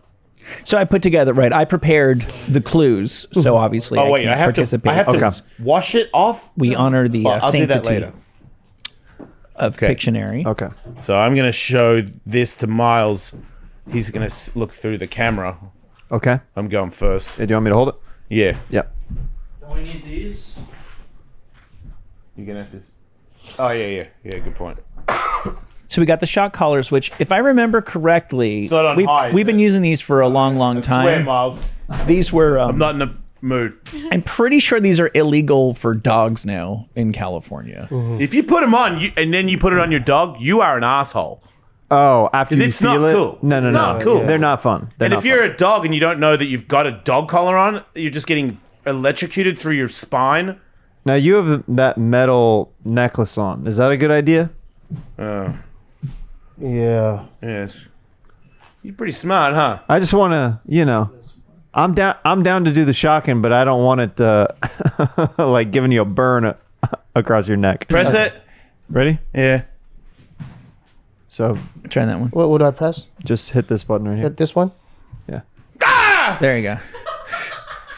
Speaker 3: So I put together, right, I prepared the clues. So obviously,
Speaker 1: Oh wait,
Speaker 3: can
Speaker 1: I have to
Speaker 3: participate.
Speaker 1: I have to
Speaker 3: Okay.
Speaker 1: wash it off.
Speaker 3: We honor the
Speaker 1: Oh,
Speaker 3: uh,
Speaker 1: I'll do that
Speaker 3: sanctity
Speaker 1: later.
Speaker 3: of
Speaker 1: Okay.
Speaker 3: Pictionary.
Speaker 4: Okay.
Speaker 1: So I'm going to show this to Miles. He's going to look through the camera.
Speaker 4: Okay.
Speaker 1: I'm going first.
Speaker 4: Hey, do you want me to hold it?
Speaker 1: Yeah.
Speaker 4: Yeah.
Speaker 5: we need these?
Speaker 1: You're going to have to s- Oh yeah, yeah. Yeah, good point.
Speaker 3: So we got the shock collars, which, if I remember correctly,
Speaker 1: not on
Speaker 3: we've,
Speaker 1: high, is
Speaker 3: we've been
Speaker 1: it?
Speaker 3: using these for a long, long
Speaker 1: Swear,
Speaker 3: time.
Speaker 1: Miles.
Speaker 3: these were. Um, I'm,
Speaker 1: Not in the mood.
Speaker 3: pretty sure these are illegal for dogs now in California.
Speaker 1: If you put them on you, and then you put it on your dog, you are an asshole.
Speaker 4: Oh, after
Speaker 1: 'Cause
Speaker 4: you
Speaker 1: it's not
Speaker 4: feel it?
Speaker 1: cool.
Speaker 4: No, no,
Speaker 1: It's
Speaker 4: no.
Speaker 1: not cool.
Speaker 4: They're not fun. They're
Speaker 1: and
Speaker 4: not
Speaker 1: if you're
Speaker 4: fun.
Speaker 1: a dog and you don't know that you've got a dog collar on, you're just getting electrocuted through your spine.
Speaker 4: now you have that metal necklace on. Is that a good idea?
Speaker 2: yeah.
Speaker 1: Yes. You're pretty smart, huh?
Speaker 4: I just want to, you know, I'm down. I'm down to do the shocking, but I don't want it to, like, giving you a burn a- across your neck.
Speaker 1: Press it.
Speaker 4: Ready?
Speaker 1: Yeah.
Speaker 4: So
Speaker 3: Try that one.
Speaker 2: What would I press?
Speaker 4: just hit this button right here.
Speaker 2: Hit this one.
Speaker 3: There you go.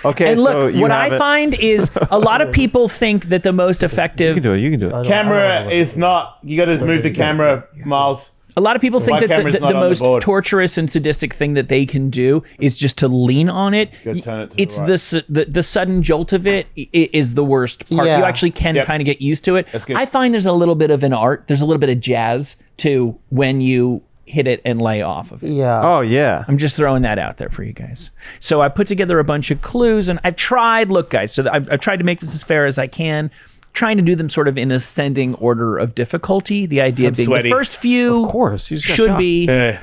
Speaker 4: Okay.
Speaker 3: And
Speaker 4: so
Speaker 3: look,
Speaker 4: you
Speaker 3: what
Speaker 4: have
Speaker 3: I
Speaker 4: it.
Speaker 3: find is a lot of people think that the most
Speaker 4: You can
Speaker 3: effective.
Speaker 4: do it. You can do
Speaker 2: Uh,
Speaker 4: it.
Speaker 1: Camera is not. You got to move the camera, Miles.
Speaker 3: A lot of people think
Speaker 1: My
Speaker 3: that the,
Speaker 1: camera's
Speaker 3: the,
Speaker 1: not
Speaker 3: the
Speaker 1: on the
Speaker 3: most
Speaker 1: board.
Speaker 3: torturous and sadistic thing that they can do is just to lean on it.
Speaker 1: Gotta turn it to the
Speaker 3: it's
Speaker 1: right.
Speaker 3: s- the, the sudden jolt of it i- i- is the worst part.
Speaker 2: Yeah.
Speaker 3: You actually can
Speaker 1: Yep.
Speaker 3: kind of get used to it.
Speaker 1: good.
Speaker 3: I find there's a little bit of an art. There's a little bit of jazz to when you hit it and lay off of it.
Speaker 2: Yeah.
Speaker 4: Oh yeah.
Speaker 3: I'm just throwing that out there for you guys. So I put together a bunch of clues, and I've tried. Look, guys, so I've, I've tried to make this as fair as I can. Trying to do them sort of in ascending order of difficulty. The idea being
Speaker 1: sweaty.
Speaker 3: the first few,
Speaker 4: Of course, you just got
Speaker 3: should
Speaker 4: shot.
Speaker 3: be.
Speaker 1: Yeah.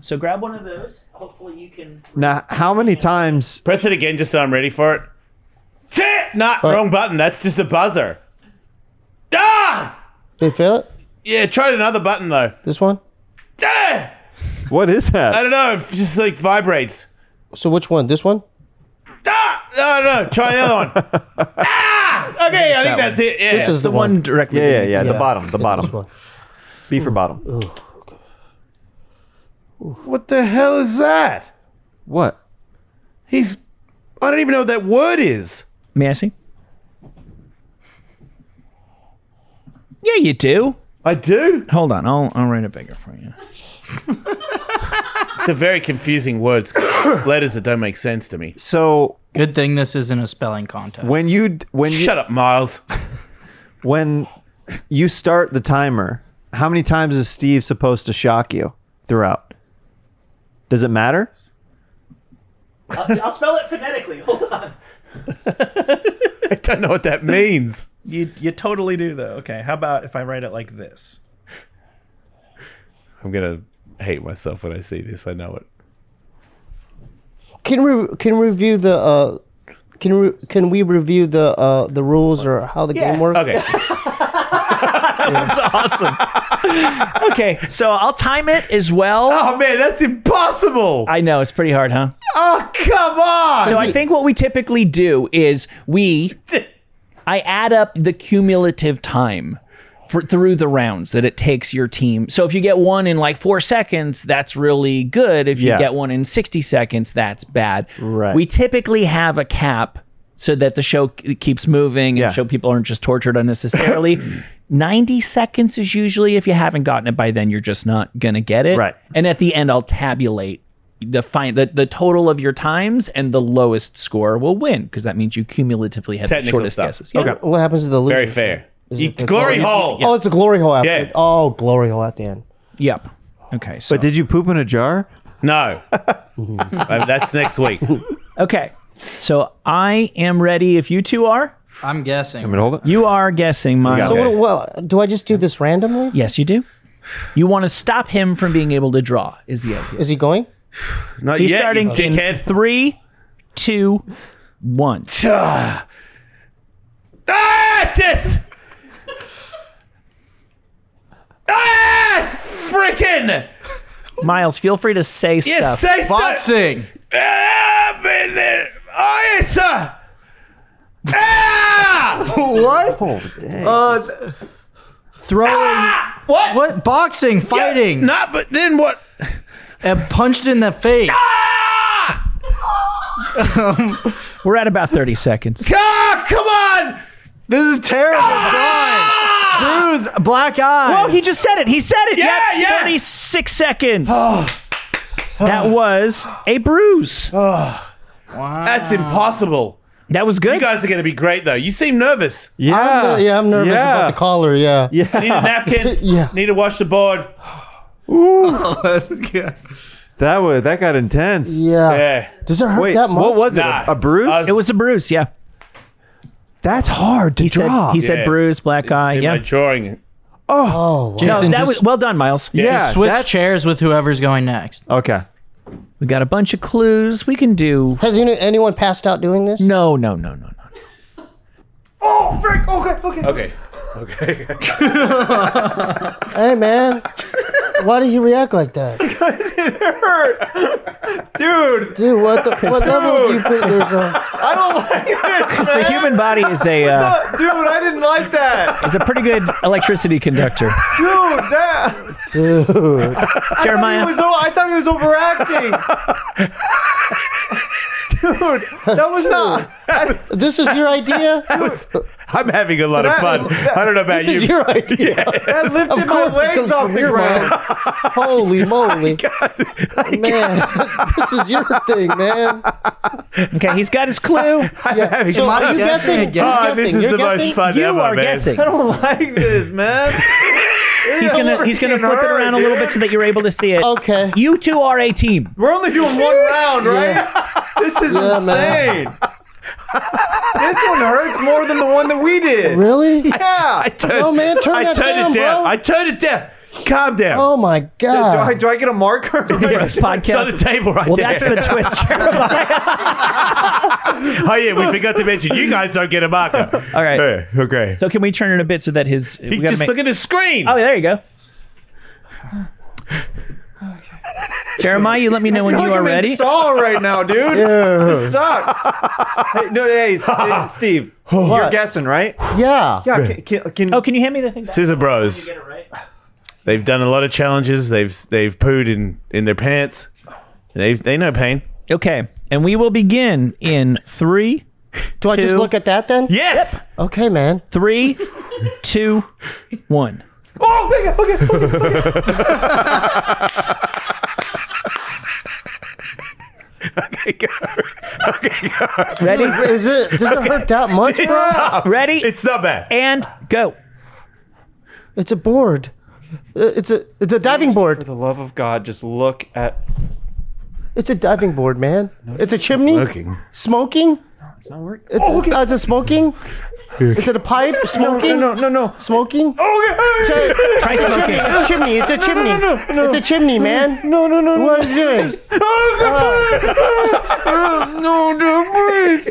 Speaker 3: So grab one of those. Hopefully you can.
Speaker 4: Now, how many times?
Speaker 1: Press it again just so I'm ready for it. Tch! Not wrong button. That's just a buzzer. Ah!
Speaker 2: Do you feel it?
Speaker 1: Yeah. Try another button though.
Speaker 2: This one.
Speaker 1: Ah!
Speaker 4: What is
Speaker 1: I
Speaker 4: that?
Speaker 1: don't know. It just like vibrates.
Speaker 2: So which one? This one.
Speaker 1: Ah! No, no, no. Try the other one. ah! Okay, I think that's it. Yeah.
Speaker 2: This is
Speaker 3: The one directly.
Speaker 4: Yeah, yeah, yeah. The
Speaker 2: Yeah.
Speaker 4: bottom. The
Speaker 2: This
Speaker 4: bottom.
Speaker 2: one.
Speaker 4: B for bottom.
Speaker 1: what the hell is that?
Speaker 4: What?
Speaker 1: He's. I don't even know what that word is.
Speaker 3: May I see? Yeah, you do.
Speaker 1: I do.
Speaker 3: Hold on, I'll I'll write it bigger for you.
Speaker 1: It's a very confusing word. It's got letters that don't make sense to me.
Speaker 4: So
Speaker 6: Good thing this isn't a spelling contest.
Speaker 4: when you d- when you,
Speaker 1: Shut up, Miles.
Speaker 4: when you start the timer, how many times is Steve supposed to shock you throughout? Does it matter?
Speaker 3: I'll spell it phonetically. Hold on.
Speaker 1: I don't know what that means.
Speaker 7: You you totally do though. Okay, how about if I write it like this?
Speaker 1: I'm gonna hate myself when I see this. I know it.
Speaker 2: Can we can we review the uh, can re, can we review the uh, the rules or how the game works?
Speaker 1: Okay.
Speaker 3: That's awesome. okay, so I'll time it as well.
Speaker 1: oh man, that's impossible.
Speaker 3: I know it's pretty hard, huh?
Speaker 1: oh come on.
Speaker 3: So I think what we typically do is we I add up the cumulative time for through the rounds that it takes your team. So if you get one in like 4 seconds, that's really good. If you
Speaker 4: Yeah.
Speaker 3: get one in 60 seconds, that's bad.
Speaker 4: Right.
Speaker 3: We typically have a cap so that the show c- keeps moving and
Speaker 4: Yeah.
Speaker 3: show people aren't just tortured unnecessarily. 90 seconds is usually if you haven't gotten it by then you're just not going to get it.
Speaker 4: Right.
Speaker 3: And at the end I'll tabulate the fine the, the total of your times and the lowest score will win because that means you cumulatively had the
Speaker 1: Technical
Speaker 3: shortest
Speaker 1: stuff.
Speaker 3: guesses. Yeah.
Speaker 4: Okay.
Speaker 2: What happens to the loser?
Speaker 1: Very fair.
Speaker 2: Is
Speaker 1: You-
Speaker 2: it the
Speaker 1: glory hole.
Speaker 2: Oh, it's a glory hole. At,
Speaker 1: Yeah.
Speaker 2: Oh, glory hole at the end.
Speaker 3: Yep. Okay. So
Speaker 4: But did you poop in a jar?
Speaker 1: No. Uh, that's next week.
Speaker 3: Okay. So I am ready if you two are.
Speaker 6: I'm guessing.
Speaker 4: I mean, hold it.
Speaker 3: You are guessing, Miles.
Speaker 1: Okay.
Speaker 2: Well, well, do I just do this randomly?
Speaker 3: Yes, you do. You want to stop him from being able to draw is the idea.
Speaker 2: Is he going?
Speaker 1: Not
Speaker 3: He's
Speaker 1: yet,
Speaker 3: starting
Speaker 1: you dickhead.
Speaker 3: in three, two, one.
Speaker 1: Ah, yes! Ah, freaking!
Speaker 3: Miles, feel free to say
Speaker 1: Yes,
Speaker 3: stuff.
Speaker 1: say so.
Speaker 6: Boxing.
Speaker 1: Ah, man, that- oh, it's a. Ah!
Speaker 6: what? Uh, th- throwing.
Speaker 1: What?
Speaker 6: What? Boxing. Fighting.
Speaker 1: Not, but then what?
Speaker 6: And punched in the face.
Speaker 1: Ah!
Speaker 3: We're at about 30 seconds.
Speaker 1: Ah, come on!
Speaker 6: This is terrible. Drawing. Bruised. Black eye.
Speaker 3: Oh, he just said it. He said it.
Speaker 1: Yeah,
Speaker 3: Yep,
Speaker 1: yeah.
Speaker 3: 36 seconds. that was a bruise.
Speaker 1: That's impossible.
Speaker 3: That was good.
Speaker 1: You guys are going to be great, though. You seem nervous.
Speaker 4: Yeah.
Speaker 2: I'm, yeah, I'm nervous
Speaker 4: Yeah.
Speaker 2: about the caller. Yeah. yeah.
Speaker 1: Need a napkin.
Speaker 2: Yeah.
Speaker 1: Need to wash the board.
Speaker 4: That was that got intense.
Speaker 1: Yeah.
Speaker 2: Does it hurt
Speaker 4: Wait,
Speaker 2: that much?
Speaker 4: what was it? A-
Speaker 1: Nah.
Speaker 4: a bruise?
Speaker 1: I was-
Speaker 3: it was a bruise. Yeah.
Speaker 4: That's hard to
Speaker 3: He said,
Speaker 4: draw.
Speaker 3: he said
Speaker 1: Yeah.
Speaker 3: bruise, black eye.
Speaker 1: See
Speaker 3: Yeah.
Speaker 1: my drawing.
Speaker 2: Oh, wow.
Speaker 3: No,
Speaker 6: Jason,
Speaker 3: that
Speaker 6: just-
Speaker 3: was well done, Miles.
Speaker 4: yeah,
Speaker 6: Switch
Speaker 4: that's-
Speaker 6: chairs with whoever's going next.
Speaker 4: Okay.
Speaker 3: We got a bunch of clues. We can do.
Speaker 2: Has any, anyone passed out doing this?
Speaker 3: No, no, no, no, no.
Speaker 1: Okay.
Speaker 2: Hey, man. Why did he react like that?
Speaker 1: Dude,
Speaker 2: Dude, what, the, what level do you put yourself?
Speaker 1: I don't like this.
Speaker 3: The human body is a uh,
Speaker 1: Dude, I didn't like that.
Speaker 3: is a pretty good electricity conductor.
Speaker 1: Dude, that.
Speaker 2: Dude.
Speaker 3: Jeremiah,
Speaker 1: I thought he was overacting. Dude, that was not.
Speaker 2: This is your idea?
Speaker 1: I'm having a lot of fun. I don't know about
Speaker 2: This
Speaker 1: you.
Speaker 2: is your idea.
Speaker 1: that lifted
Speaker 2: course it comes from your mind. Holy moly. man, this is your thing, man.
Speaker 3: okay, he's got his clue.
Speaker 1: I'm having
Speaker 2: So
Speaker 1: fun.
Speaker 2: are you guessing? Who's
Speaker 1: Oh,
Speaker 2: guessing?
Speaker 1: this is
Speaker 2: You're
Speaker 1: the
Speaker 2: guessing?
Speaker 1: most fun
Speaker 3: You
Speaker 1: ever,
Speaker 3: are
Speaker 1: man.
Speaker 3: guessing.
Speaker 4: don't like this, man.
Speaker 3: He's gonna he's gonna flip it around a little bit so that you're able to see it.
Speaker 2: Okay.
Speaker 3: You two are a team.
Speaker 4: We're only doing one round, right? This is
Speaker 2: Yeah, man.
Speaker 4: insane. this one hurts more than the one that we did.
Speaker 2: Really?
Speaker 4: Yeah.
Speaker 1: I turned,
Speaker 2: No, man, turn
Speaker 1: I
Speaker 2: that
Speaker 1: turned
Speaker 2: down,
Speaker 1: it down.
Speaker 2: bro.
Speaker 1: I turned it down. Calm down.
Speaker 2: Oh, my
Speaker 4: do, I,
Speaker 2: God.
Speaker 4: do I get a marker?
Speaker 3: This
Speaker 1: It's on the
Speaker 3: podcast.
Speaker 1: table right
Speaker 3: Well,
Speaker 1: there.
Speaker 3: that's the twist, Jeremiah.
Speaker 1: oh yeah, we forgot to mention you guys don't get a marker.
Speaker 3: All right.
Speaker 1: Hey, okay.
Speaker 3: So can we turn it a bit so that his we
Speaker 1: He
Speaker 3: gotta
Speaker 1: just
Speaker 3: make-
Speaker 1: look at the screen.
Speaker 3: Oh, there you go. Jeremiah, you let me know when you are ready.
Speaker 4: Saw right now, dude. This sucks. hey, no, hey, S- hey, Steve. You're guessing, right?
Speaker 2: Yeah.
Speaker 4: Yeah. Can, can, can,
Speaker 3: Oh, can you hand me the thing? back?
Speaker 1: Scissor Bros. They've done a lot of challenges. They've they've pooed in in their pants. They they know pain.
Speaker 3: Okay, and we will begin in three,
Speaker 2: Do I just
Speaker 3: Two.
Speaker 2: look at that then?
Speaker 1: Yes.
Speaker 2: Okay, man.
Speaker 3: three, two, one.
Speaker 4: oh,
Speaker 3: Ready,
Speaker 2: Is it? Does it hurt that much, bro?
Speaker 1: Stop.
Speaker 3: ready,
Speaker 1: It's not bad.
Speaker 3: and go.
Speaker 2: It's a board. Uh, It's a it's a diving board.
Speaker 4: for the love of God, just look at.
Speaker 2: It's a diving board, man. It's a chimney.
Speaker 1: Looking.
Speaker 2: Smoking.
Speaker 4: It's not working.
Speaker 2: It's a, uh, it's a smoking. Is it a pipe? Smoking?
Speaker 4: No, no, no.
Speaker 2: Smoking?
Speaker 4: Oh, okay.
Speaker 3: Try
Speaker 2: Chimney.
Speaker 3: smoking.
Speaker 2: It's a chimney. It's a chimney.
Speaker 4: no, no.
Speaker 2: It's a chimney, man.
Speaker 4: No, no, no, no.
Speaker 2: What are you doing?
Speaker 4: No, dude, please.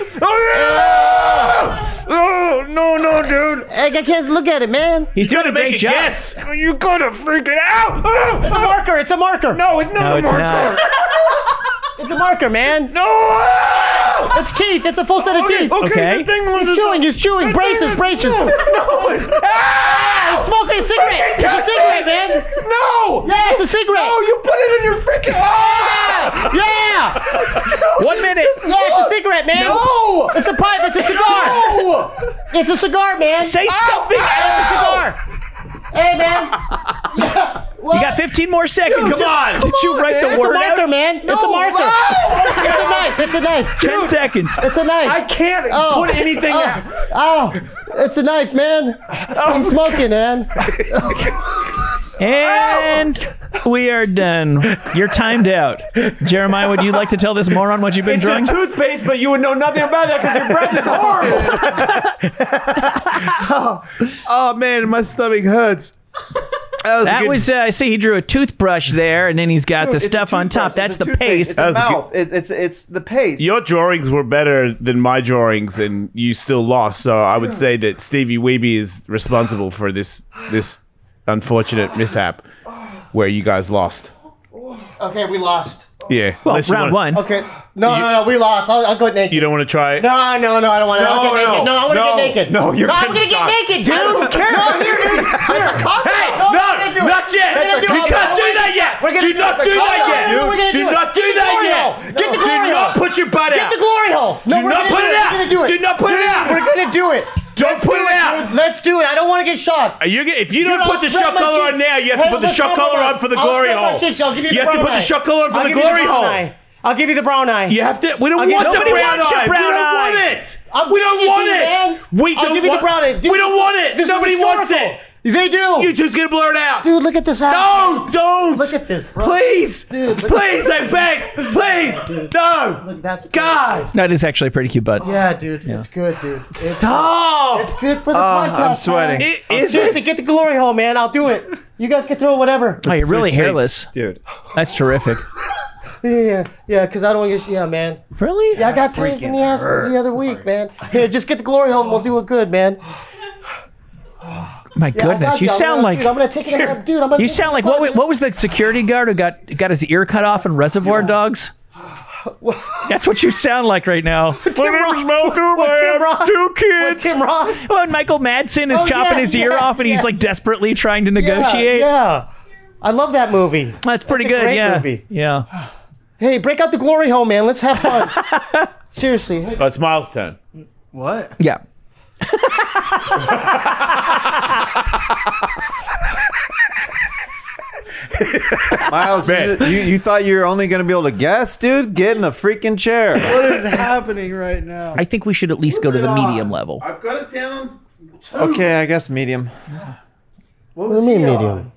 Speaker 2: Uh,
Speaker 4: Oh, yeah! oh, no, no, dude.
Speaker 2: Like, uh, I can't look at it, man.
Speaker 3: He's doing a
Speaker 1: Make
Speaker 3: great
Speaker 1: a
Speaker 3: job.
Speaker 1: guess.
Speaker 4: Oh, You gotta freaking out.
Speaker 2: It's a marker. It's a marker.
Speaker 4: No, it's not
Speaker 3: No,
Speaker 4: a
Speaker 3: it's
Speaker 4: marker.
Speaker 3: not.
Speaker 2: It's a marker, man.
Speaker 4: No!
Speaker 2: It's teeth. It's a full set of
Speaker 4: Okay,
Speaker 2: teeth.
Speaker 4: okay,
Speaker 3: Okay.
Speaker 4: the thing was
Speaker 2: He's chewing. He's chewing. Braces. Braces.
Speaker 4: No, no, it's-
Speaker 2: Ah,
Speaker 4: Ah!
Speaker 2: he's smoking a cigarette. It's a cigarette, man.
Speaker 4: No!
Speaker 2: Yeah, it's a cigarette.
Speaker 4: Oh, No, you put it in your freaking. Ah!
Speaker 2: Yeah.
Speaker 3: One minute.
Speaker 2: Yeah, it's a cigarette, man.
Speaker 5: No!
Speaker 2: It's a pipe. It's a cigar. It's a cigar, man. Ah,
Speaker 3: Say something.
Speaker 2: It's a cigar. Hey, man.
Speaker 3: You got 15 more seconds.
Speaker 5: Come on!
Speaker 3: Did you write the
Speaker 2: It's a
Speaker 3: word out?
Speaker 2: marker, man. It's a marker. It's a knife. It's a knife.
Speaker 3: 10 seconds.
Speaker 2: It's a knife.
Speaker 5: I can't
Speaker 2: Oh.
Speaker 5: put anything
Speaker 2: oh.
Speaker 5: out. Oh.
Speaker 2: Oh, it's a knife, man. I'm smoking, man.
Speaker 3: And we are done. You're timed out. Jeremiah, would you like to tell this moron what you've been
Speaker 5: It's
Speaker 3: drawing?
Speaker 5: a toothpaste, but you would know nothing about that because your breath is horrible.
Speaker 1: Oh man, my stomach hurts. That was, a
Speaker 3: That
Speaker 1: good-
Speaker 3: was, uh, I see he drew a toothbrush there, and then he's got the
Speaker 4: It's a
Speaker 3: stuff on
Speaker 4: toothbrush.
Speaker 3: top.
Speaker 4: It's
Speaker 3: That's
Speaker 4: a
Speaker 3: the
Speaker 4: toothpaste.
Speaker 3: paste.
Speaker 4: It's the
Speaker 1: was a good-
Speaker 4: mouth. It's, it's it's the paste.
Speaker 1: your drawings were better than my drawings, and you still lost. So I would say that Stevie Weeby is responsible for this this unfortunate mishap where you guys lost.
Speaker 2: Okay, we lost.
Speaker 1: Yeah.
Speaker 3: well,
Speaker 1: unless you
Speaker 3: round
Speaker 1: wanna-
Speaker 3: one.
Speaker 2: Okay. No, no, no. We lost. I'll, I'll go naked.
Speaker 1: You don't want to try.
Speaker 2: No, no, no, I don't want
Speaker 1: No,
Speaker 2: to. I'll
Speaker 1: no,
Speaker 2: get naked. No, I want to
Speaker 1: no,
Speaker 2: get naked.
Speaker 1: no, you're
Speaker 2: no, I'm gonna
Speaker 1: getting shot.
Speaker 2: get naked, dude. I don't care. No, here, here, here. That's a
Speaker 1: Hey, no,
Speaker 2: No, we're gonna do
Speaker 1: not yet. You
Speaker 2: it. We're gonna do it. We're
Speaker 1: can't
Speaker 2: gonna
Speaker 1: do
Speaker 2: do it.
Speaker 1: that yet.
Speaker 2: We're gonna
Speaker 1: do
Speaker 2: do
Speaker 1: not do that
Speaker 2: it. No, no,
Speaker 1: yet.
Speaker 2: no, no, we're gonna
Speaker 1: do
Speaker 2: do it.
Speaker 1: not do
Speaker 2: Get the
Speaker 1: that
Speaker 2: glory
Speaker 1: yet.
Speaker 2: hole. Get the glory
Speaker 1: do not
Speaker 2: hole.
Speaker 1: put your butt
Speaker 2: Get
Speaker 1: out.
Speaker 2: the glory hole. No,
Speaker 1: Do
Speaker 2: we're
Speaker 1: not
Speaker 2: gonna
Speaker 1: put
Speaker 2: do
Speaker 1: it out.
Speaker 2: We're gonna do it.
Speaker 1: Do not put it
Speaker 2: Dude,
Speaker 1: out.
Speaker 2: We're gonna do it.
Speaker 1: Don't
Speaker 2: Let's
Speaker 1: put
Speaker 2: do
Speaker 1: it out.
Speaker 2: dude. Let's do it. I don't want to get shot.
Speaker 1: Are you, get- if you don't
Speaker 2: Dude,
Speaker 1: put
Speaker 2: I'll
Speaker 1: the
Speaker 2: spread
Speaker 1: shock
Speaker 2: my
Speaker 1: collar on
Speaker 2: cheeks.
Speaker 1: now, you have
Speaker 2: Hey,
Speaker 1: to put the
Speaker 2: let's
Speaker 1: shock
Speaker 2: spread my
Speaker 1: collar on
Speaker 2: legs.
Speaker 1: for the
Speaker 2: I'll
Speaker 1: glory
Speaker 2: spread my
Speaker 1: hole.
Speaker 2: cheeks. I'll give you the
Speaker 1: have to
Speaker 2: brown
Speaker 1: put the
Speaker 2: eye.
Speaker 1: shock collar on for
Speaker 2: I'll
Speaker 1: the
Speaker 2: give you
Speaker 1: glory
Speaker 2: brown
Speaker 1: hole.
Speaker 2: eye. I'll give you the brown eye.
Speaker 1: You have to. We don't
Speaker 2: I'll give
Speaker 1: want
Speaker 2: you-
Speaker 1: the
Speaker 2: Nobody
Speaker 1: brown
Speaker 3: wants your
Speaker 1: eye.
Speaker 3: brown
Speaker 1: we don't
Speaker 3: eye.
Speaker 1: want it.
Speaker 2: I'm
Speaker 1: we don't
Speaker 2: giving it to
Speaker 1: want
Speaker 2: you,
Speaker 1: it.
Speaker 2: man.
Speaker 1: We
Speaker 2: I'll
Speaker 1: don't
Speaker 2: give you the
Speaker 1: want
Speaker 2: brown eye. This
Speaker 1: We
Speaker 2: is-
Speaker 1: don't want it.
Speaker 2: this is
Speaker 1: Nobody wants it.
Speaker 2: historical. They do.
Speaker 1: You two's gonna blur it out.
Speaker 2: Dude, look at this eye.
Speaker 1: No, don't.
Speaker 2: Look at this, bro.
Speaker 1: Please,
Speaker 2: Dude, look-
Speaker 1: please, I beg, please, no.
Speaker 2: That's
Speaker 1: God,
Speaker 3: That is actually a pretty cute butt.
Speaker 2: Yeah, dude. It's good, dude. It's,
Speaker 1: stop.
Speaker 2: it's good for
Speaker 3: Oh,
Speaker 2: the podcast.
Speaker 4: I'm sweating.
Speaker 2: man.
Speaker 1: It is
Speaker 2: Seriously,
Speaker 1: it?
Speaker 2: get the glory hole, man. I'll do it. You guys can throw whatever.
Speaker 3: Oh, you're really
Speaker 4: Six, six.
Speaker 3: hairless.
Speaker 4: dude.
Speaker 3: That's terrific.
Speaker 2: Yeah, yeah, yeah. Because I don't want to. Yeah, man.
Speaker 3: Really?
Speaker 2: I got tased in the ass the other week, man. Here, just get the glory hole and we'll do it good, man.
Speaker 3: My
Speaker 2: Yeah, I
Speaker 3: goodness,
Speaker 2: got
Speaker 3: you
Speaker 2: I'm
Speaker 3: sound
Speaker 2: gonna-
Speaker 3: like
Speaker 2: Dude, I'm gonna take it. out, Dude, I'm gonna.
Speaker 3: you
Speaker 2: take
Speaker 3: sound
Speaker 2: it
Speaker 3: like
Speaker 2: out.
Speaker 3: what? wa- What was the security guard who got got his ear cut off in Reservoir Dogs? That's what you sound like right now. My name
Speaker 2: Roth-
Speaker 3: is Malcolm.
Speaker 2: what
Speaker 3: I
Speaker 2: Tim
Speaker 3: have
Speaker 2: Roth-
Speaker 3: two
Speaker 2: What,
Speaker 3: kids.
Speaker 2: Tim Roth?
Speaker 3: Oh, and Michael Madsen is
Speaker 2: Oh,
Speaker 3: chopping
Speaker 2: yeah,
Speaker 3: his ear
Speaker 2: yeah,
Speaker 3: off, and he's
Speaker 2: yeah.
Speaker 3: like desperately trying to
Speaker 2: Yeah,
Speaker 3: negotiate.
Speaker 2: Yeah. I love that movie.
Speaker 3: That's pretty
Speaker 2: That's a
Speaker 3: good.
Speaker 2: great
Speaker 3: yeah,
Speaker 2: movie.
Speaker 3: yeah.
Speaker 2: Hey, break out the glory hole, man. Let's have fun. Seriously. Hey,
Speaker 1: Oh, it's Miles' turn.
Speaker 6: What?
Speaker 3: Yeah.
Speaker 4: Miles, you,
Speaker 1: Man.
Speaker 4: you, you thought you were only gonna be able to guess, dude? Get in the freaking chair.
Speaker 6: What is happening right now?
Speaker 3: I think we should at least go to the medium level.
Speaker 1: I've got it down.
Speaker 4: okay, I guess medium.
Speaker 2: What do you mean medium?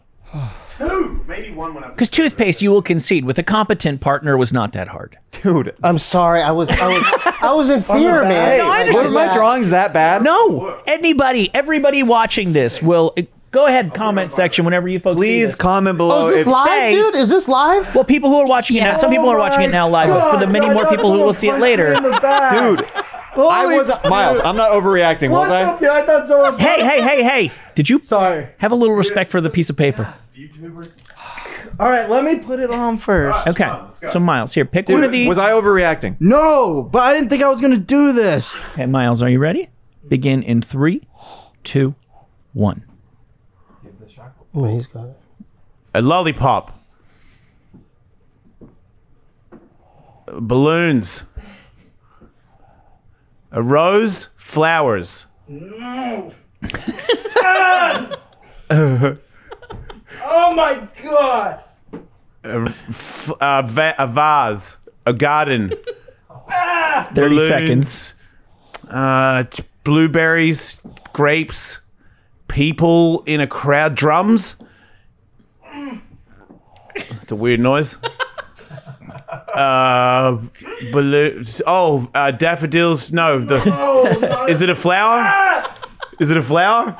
Speaker 1: Two, maybe one when I'm.
Speaker 3: Because toothpaste, you will concede, with a competent partner was not that hard.
Speaker 4: Dude,
Speaker 2: I'm sorry. I was I was I was in fear, man.
Speaker 4: Uh, hey,
Speaker 2: Like,
Speaker 4: were my
Speaker 2: yeah.
Speaker 4: drawings that bad?
Speaker 3: No, Oh, anybody, everybody watching this will go ahead comment section whenever you folks. see
Speaker 4: Please
Speaker 3: this.
Speaker 4: comment
Speaker 2: Oh,
Speaker 4: below.
Speaker 2: is this
Speaker 4: if-
Speaker 2: live,
Speaker 3: say-
Speaker 2: dude? Is this live?
Speaker 3: Well, people who are watching it now, some people are watching it now live. but for the many more people who will see it later,
Speaker 4: dude, I was Miles. I'm not overreacting, was I?
Speaker 6: I thought someone.
Speaker 3: hey, hey, hey, hey! Did you
Speaker 6: Sorry.
Speaker 3: have a little respect for the piece of paper?
Speaker 6: All right, let me put it on first.
Speaker 3: Okay, so Miles, here, pick one of these.
Speaker 4: Was I overreacting?
Speaker 6: No, but I didn't think I was gonna do this.
Speaker 3: Okay, Miles, are you ready? Begin in three, two, one.
Speaker 2: Oh, he's got it.
Speaker 1: A lollipop. Balloons. A rose, flowers.
Speaker 6: Oh my god!
Speaker 1: F- a, va- a vase. A garden.
Speaker 3: Thirty
Speaker 1: balloons,
Speaker 3: seconds.
Speaker 1: Uh, ch- blueberries, grapes, people in a crowd, drums. It's a weird noise. Uh, balloons. Oh, uh, daffodils. No, the. Is it a flower? Is it a flower?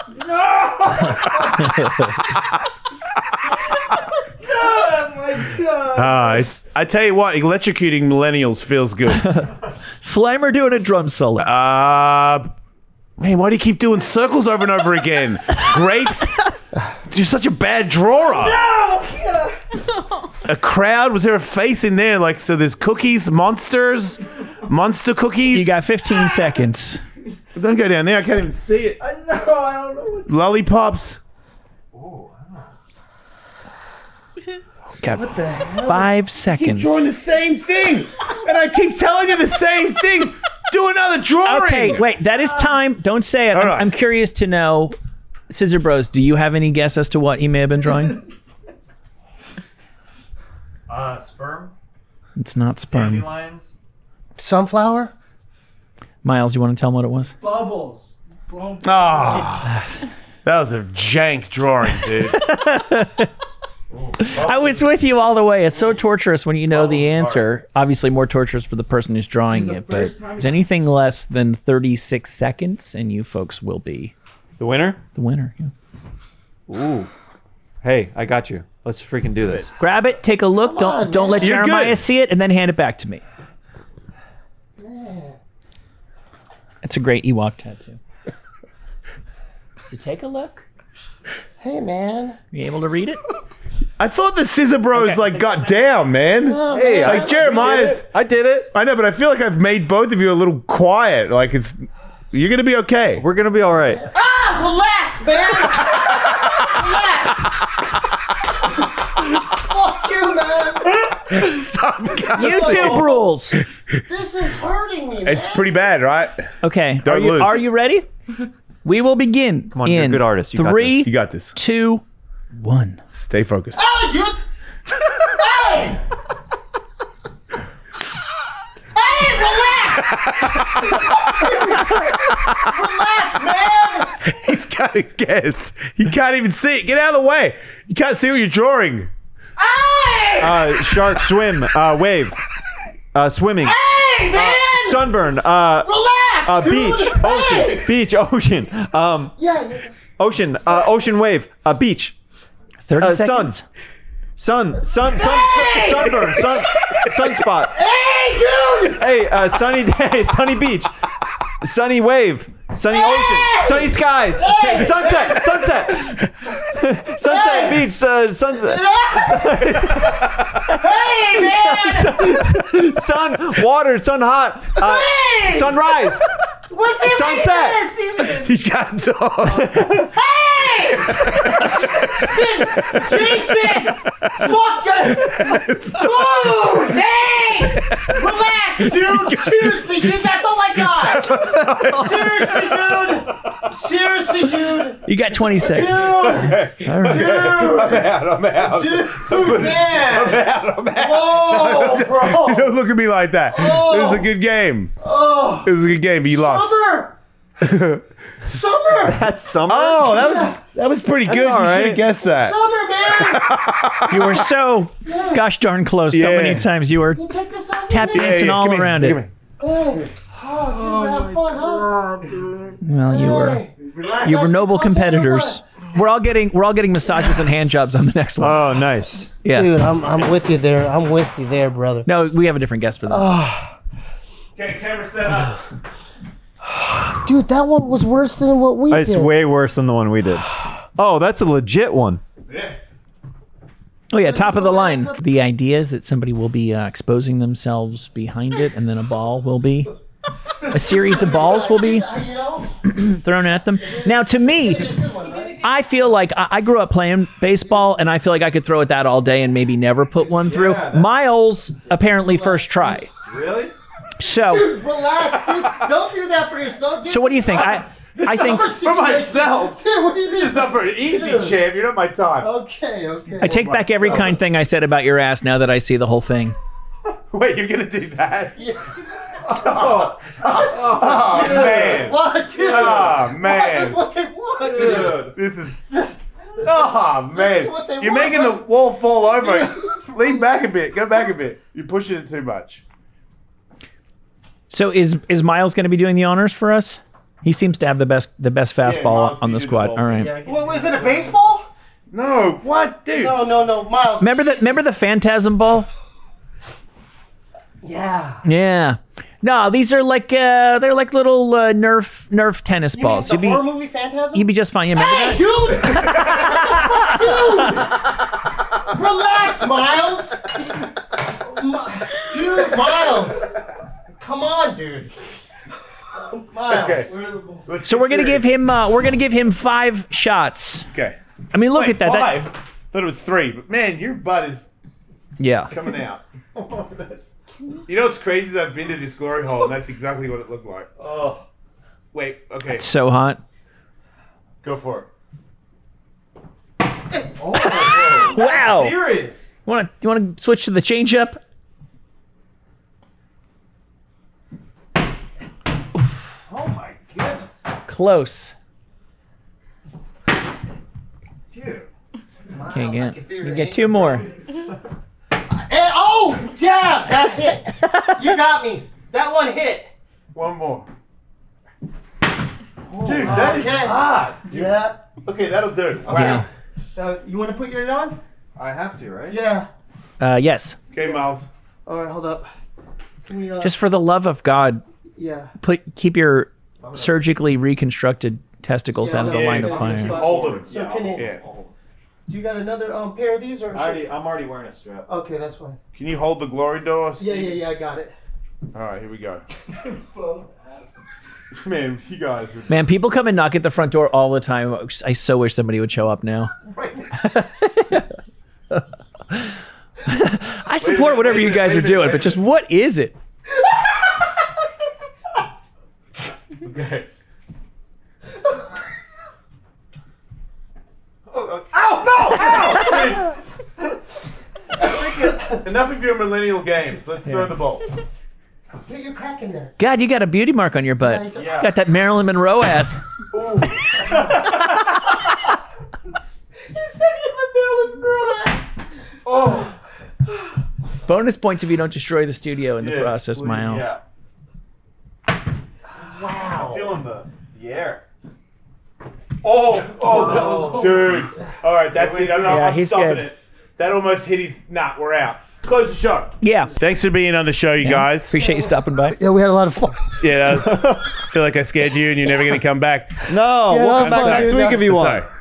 Speaker 1: Uh, it's, I tell you what, electrocuting millennials feels good.
Speaker 3: Slimer doing a drum solo.
Speaker 1: Uh, man, why do you keep doing circles over and over again? Grapes? You're such a bad drawer. a crowd? Was there a face in there? Like, so there's cookies, monsters, monster cookies.
Speaker 3: you got 15 seconds.
Speaker 1: Don't go down there. I can't even see it.
Speaker 6: I know. I don't know. What
Speaker 1: Lollipops.
Speaker 3: Got five seconds.
Speaker 1: Doing the same thing. and I keep telling you the same thing. Do another drawing.
Speaker 3: Okay, wait, that is time. Don't say it. I'm,
Speaker 1: right.
Speaker 3: I'm curious to know, Scissor Bros, do you have any guess as to what he may have been drawing?
Speaker 4: Uh, sperm,
Speaker 3: It's not sperm.
Speaker 4: lions.
Speaker 2: Sunflower?
Speaker 3: Miles, you want to tell him what it was?
Speaker 8: Bubbles. Bubbles.
Speaker 1: Ah, that was a jank drawing, dude.
Speaker 3: I was with you all the way. It's so torturous when you know the answer. Obviously, more torturous for the person who's drawing it, but
Speaker 8: first time-
Speaker 3: it's anything less than 36 seconds, and you folks will be
Speaker 4: The winner?
Speaker 3: the winner. yeah.
Speaker 4: Ooh. Hey, I got you. Let's freaking do this.
Speaker 3: Grab it, take a look. don't
Speaker 2: on,
Speaker 3: don't let
Speaker 1: You're
Speaker 3: Jeremiah
Speaker 1: good.
Speaker 3: see it, and then hand it back to me. It's a great Ewok tattoo. Did you take a look?
Speaker 2: Hey, man.
Speaker 3: Were you able to read it?
Speaker 1: I thought the Scissor Bros like got down, man.
Speaker 3: Oh,
Speaker 2: Hey,
Speaker 1: like Jeremiah's.
Speaker 4: I did it.
Speaker 1: I know, but I feel like I've made both of you a little quiet. Like it's, you're gonna be okay.
Speaker 4: We're gonna be all right.
Speaker 8: Relax, man.
Speaker 2: Fuck you, man.
Speaker 3: YouTube rules.
Speaker 2: This is hurting me, man.
Speaker 1: It's pretty bad, right?
Speaker 3: Okay.
Speaker 1: Don't
Speaker 3: are you
Speaker 1: lose.
Speaker 3: are you ready? We will begin. Come
Speaker 4: on, you're a good artist. You got
Speaker 3: three,
Speaker 1: You got this.
Speaker 3: two, one.
Speaker 1: Stay focused.
Speaker 8: Hey, you. Hey. Hey, relax. relax, man.
Speaker 1: He's got to guess. You can't even see it. Get out of the way. You can't see what you're drawing.
Speaker 8: Hey.
Speaker 4: Uh, shark swim. Uh, wave. Uh, swimming.
Speaker 8: hey, man.
Speaker 4: Sunburn. Uh,
Speaker 8: relax.
Speaker 4: uh,
Speaker 8: dude.
Speaker 4: beach. Ocean. Beach. Ocean. Um,
Speaker 2: Yeah,
Speaker 4: ocean. Uh, ocean wave. Uh, beach.
Speaker 3: 30
Speaker 4: Uh, sun.
Speaker 3: seconds.
Speaker 4: Sun. Sun. Sun. sun sunburn. Sun. Sunspot.
Speaker 8: Hey, dude.
Speaker 4: Hey, uh, sunny day, sunny beach, sunny wave, sunny ocean, sunny skies, sunset, sunset, sunset beach, uh, sun,
Speaker 8: Hey, man.
Speaker 4: sun, water, sun hot, uh,
Speaker 8: Hey.
Speaker 4: sunrise,
Speaker 8: What's the
Speaker 4: Sunset.
Speaker 8: Sunset.
Speaker 1: You can't talk.
Speaker 8: Hey. Jason. Fuck. Dude. Hey. Relax, dude. Seriously, dude. That's all I got. Seriously, dude. Seriously, dude.
Speaker 3: You got 20 seconds.
Speaker 8: Dude.
Speaker 3: All right.
Speaker 8: Dude, man.
Speaker 2: Oh.
Speaker 8: Whoa, bro.
Speaker 1: Don't look at me like that. It was a good game.
Speaker 8: Oh.
Speaker 1: It was a good game, but you lost.
Speaker 8: Summer. Summer.
Speaker 4: that's summer.
Speaker 1: Oh, that was that was pretty good.
Speaker 4: all
Speaker 1: You should
Speaker 4: right.
Speaker 1: have guessed that.
Speaker 8: Summer, man.
Speaker 3: You were so gosh darn close so
Speaker 1: Yeah.
Speaker 3: many times. You were
Speaker 8: Take this out.
Speaker 3: tap
Speaker 8: man.
Speaker 3: dancing
Speaker 1: yeah,
Speaker 3: all
Speaker 1: come here,
Speaker 3: around
Speaker 1: come
Speaker 3: it.
Speaker 1: here.
Speaker 8: Have fun, huh?
Speaker 3: Well, you were you were noble competitors. We're all getting we're all getting massages and hand jobs on the next
Speaker 1: Uh,
Speaker 3: one.
Speaker 4: Oh, nice.
Speaker 3: yeah.
Speaker 2: dude, I'm, I'm with you there. I'm with you there, brother.
Speaker 3: No, we have a different guest for that.
Speaker 1: Okay, camera set up.
Speaker 2: Dude, that one was worse than what we
Speaker 4: It's
Speaker 2: did.
Speaker 4: way worse than the one we did. Oh, that's a legit one.
Speaker 3: Oh yeah, top of the line. The idea is that somebody will be uh, exposing themselves behind it, and then a ball will be, a series of balls will be thrown at them. Now, to me, I feel like I, I grew up playing baseball, and I feel like I could throw at that all day and maybe never put one through. Miles apparently first try.
Speaker 4: Really?
Speaker 3: So,
Speaker 8: Relax, dude. Don't do that for yourself. Dude.
Speaker 3: so what do you think? I, I think
Speaker 8: For
Speaker 1: myself.
Speaker 8: Dude, what do you mean?
Speaker 1: for an easy champ. You're not my time.
Speaker 8: Okay, okay.
Speaker 3: I take back every kind thing I said about your ass. Now that I see the whole thing.
Speaker 1: Wait, you're gonna do that? Oh, oh, man.
Speaker 8: What, dude?
Speaker 1: Oh
Speaker 8: That's
Speaker 1: man.
Speaker 8: what they want.
Speaker 1: Dude, this is. Oh man,
Speaker 8: is what they
Speaker 1: you're
Speaker 8: want,
Speaker 1: making the
Speaker 8: right?
Speaker 1: wall fall over. Lean back a bit. Go back a bit. You're pushing it too much.
Speaker 3: So is is Miles going to be doing the honors for us? He seems to have the best the best fastball
Speaker 1: Miles,
Speaker 3: on
Speaker 1: you do the
Speaker 3: the squad.
Speaker 1: ball.
Speaker 3: All right.
Speaker 8: What was it? A baseball?
Speaker 1: No, what, dude?
Speaker 2: No, no, no, Miles.
Speaker 3: Remember that? Remember the phantasm ball?
Speaker 2: Yeah.
Speaker 3: Yeah. No, these are like uh, they're like little uh, Nerf Nerf tennis balls.
Speaker 2: The
Speaker 3: You'd be
Speaker 2: horror movie Phantasm?
Speaker 3: you'd be just fine. You remember
Speaker 8: Hey, dude. dude. Relax, Miles. Mi- Dude, Miles. Come on, dude. Miles.
Speaker 1: Okay.
Speaker 3: that? So we're gonna give him uh, we're gonna give him five shots.
Speaker 1: Okay.
Speaker 3: I mean, look
Speaker 1: Wait,
Speaker 3: at that. that-
Speaker 1: Five. Thought it was three, but man, your butt is
Speaker 3: yeah.
Speaker 1: coming out. You know what's crazy is I've been to this glory hole, and that's exactly what it looked like. Oh. Wait, okay,
Speaker 3: So hot.
Speaker 1: go for it.
Speaker 3: Wow. You
Speaker 1: Serious?
Speaker 3: want to Oh, you want to switch to the change up?
Speaker 1: Oh my goodness.
Speaker 3: Close.
Speaker 1: Dude.
Speaker 3: Can't get. You get two more.
Speaker 2: Eh, oh, damn! That hit. You got me. That one hit.
Speaker 1: One more. Dude, that is
Speaker 2: okay.
Speaker 1: hard.
Speaker 2: Yeah.
Speaker 1: Okay, that'll do. Wow.
Speaker 3: Yeah.
Speaker 2: So you want to put your on?
Speaker 6: I have to, right?
Speaker 2: Yeah.
Speaker 3: Uh, yes.
Speaker 1: Okay, Miles.
Speaker 2: All right, hold up. Can we, uh,
Speaker 3: Just for the love of God,
Speaker 2: yeah.
Speaker 3: put keep your surgically reconstructed testicles
Speaker 2: Yeah,
Speaker 3: out of the
Speaker 2: yeah,
Speaker 3: line
Speaker 1: yeah,
Speaker 3: of
Speaker 1: yeah.
Speaker 3: fire.
Speaker 1: Hold him.
Speaker 2: So can it?
Speaker 1: Yeah.
Speaker 2: Do you got another um, pair of these or?
Speaker 6: I Oh, already, I'm already wearing a strap.
Speaker 2: okay, that's fine.
Speaker 1: Can you hold the glory door?
Speaker 2: Yeah,
Speaker 1: Steve?
Speaker 2: yeah, yeah. I got it.
Speaker 1: All right, here we go. Man, you guys are
Speaker 3: Man, people come and knock at the front door all the time. I so wish somebody would show up now. I support
Speaker 1: minute,
Speaker 3: whatever
Speaker 1: wait a
Speaker 3: you
Speaker 1: minute,
Speaker 3: guys
Speaker 1: wait
Speaker 3: are
Speaker 1: a minute,
Speaker 3: doing,
Speaker 1: wait
Speaker 3: but
Speaker 1: a
Speaker 3: just what is it?
Speaker 1: okay. Ow! No! Ow! Dude. Enough of your millennial games. Let's throw the ball.
Speaker 2: Get your crack in there.
Speaker 3: God, you got a beauty mark on your butt.
Speaker 2: Like,
Speaker 1: Yeah.
Speaker 3: Got that Marilyn Monroe ass.
Speaker 1: Oh.
Speaker 3: Bonus points if you don't destroy the studio in the
Speaker 1: yes,
Speaker 3: process,
Speaker 1: please,
Speaker 3: Miles.
Speaker 1: yeah. Wow.
Speaker 6: Feeling the, the air.
Speaker 1: Oh, oh, that was dude. All right, that's it. I'm, not,
Speaker 3: Yeah,
Speaker 1: I'm
Speaker 3: he's
Speaker 1: stopping
Speaker 3: good.
Speaker 1: it. That almost hit his. Nah, we're out. Close the show.
Speaker 3: Yeah.
Speaker 1: Thanks for being on the show, you guys.
Speaker 3: Appreciate you stopping by.
Speaker 2: Yeah, we had a lot of fun.
Speaker 1: Yeah, that was, I feel like I scared you, and you're never gonna come back.
Speaker 4: No,
Speaker 2: that's
Speaker 4: we'll
Speaker 2: not
Speaker 4: fuck
Speaker 2: good
Speaker 4: next
Speaker 2: enough.
Speaker 4: week if you want.
Speaker 1: Sorry,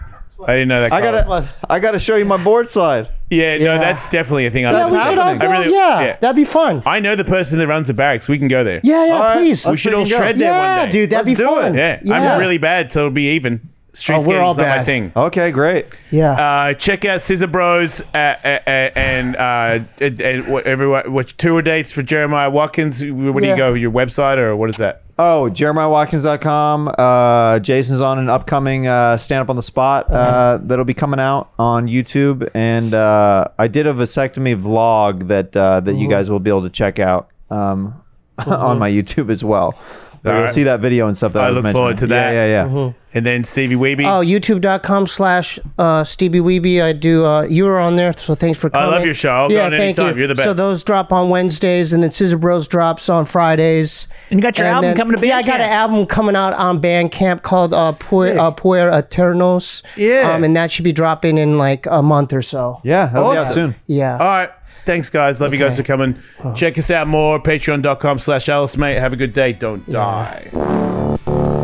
Speaker 1: I didn't know that.
Speaker 4: I
Speaker 1: Colin.
Speaker 4: gotta, I gotta show you my board slide.
Speaker 1: Yeah, no,
Speaker 2: Yeah.
Speaker 1: that's definitely a thing. I'm
Speaker 2: Yeah,
Speaker 1: not
Speaker 2: we should all
Speaker 1: happening.
Speaker 2: go.
Speaker 1: I really,
Speaker 2: yeah, that'd be fun.
Speaker 1: I know the person that runs the barracks. We can go there.
Speaker 2: Yeah, yeah.
Speaker 4: All right,
Speaker 2: please.
Speaker 1: we should all
Speaker 4: freaking go.
Speaker 1: shred there
Speaker 2: yeah,
Speaker 1: one day.
Speaker 2: dude. That'd
Speaker 4: Let's
Speaker 2: be
Speaker 4: do it.
Speaker 2: fun.
Speaker 1: Yeah,
Speaker 2: Yeah.
Speaker 1: I'm really bad, so it'll be even. Street
Speaker 2: Oh, we're all
Speaker 1: skating's not my
Speaker 2: bad.
Speaker 1: thing.
Speaker 4: Okay, great.
Speaker 2: Yeah.
Speaker 1: Uh, check out Scissor Bros uh, uh, uh, and uh, and, and what, everyone, what tour dates for Jeremiah Watkins? Where do
Speaker 2: Yeah.
Speaker 1: you go? Your website or what is that?
Speaker 4: Oh, JeremiahWatkins.com. Uh, Jason's on an upcoming uh, stand up on the spot uh,
Speaker 1: Mm-hmm.
Speaker 4: that'll be coming out on YouTube, and uh, I did a vasectomy vlog that uh, that
Speaker 1: Mm-hmm.
Speaker 4: you guys will be able to check out um, on my YouTube as well. But You'll
Speaker 1: Alright.
Speaker 4: see that video and stuff. That
Speaker 1: I
Speaker 4: was
Speaker 1: look forward to
Speaker 4: mentioned. Yeah,
Speaker 1: that. Mm-hmm.
Speaker 4: yeah, yeah.
Speaker 1: And then Stevie Weeby.
Speaker 2: Oh, youtube.com slash uh, Stevie Weeby. I do, uh, you were on there, so thanks for
Speaker 1: I
Speaker 2: coming.
Speaker 1: love your show. I'll go on
Speaker 2: thank
Speaker 1: anytime.
Speaker 2: you.
Speaker 1: You. are the best.
Speaker 2: So those drop on Wednesdays, and then Scissor Bros drops on Fridays.
Speaker 3: And you got your
Speaker 2: And
Speaker 3: album
Speaker 2: then-
Speaker 3: coming to Bandcamp.
Speaker 2: Yeah, I got an album coming out on Bandcamp called uh, Puer, uh, Puer Eternos.
Speaker 1: Yeah.
Speaker 2: Um, and that should be dropping in like a month or so.
Speaker 4: Yeah, that'll be out
Speaker 1: Awesome.
Speaker 4: soon.
Speaker 2: Yeah. Oh.
Speaker 1: All right. Thanks, guys. Love you guys for coming. Check us out more. Patreon.com slash Alice, mate. Have a good day. Don't die.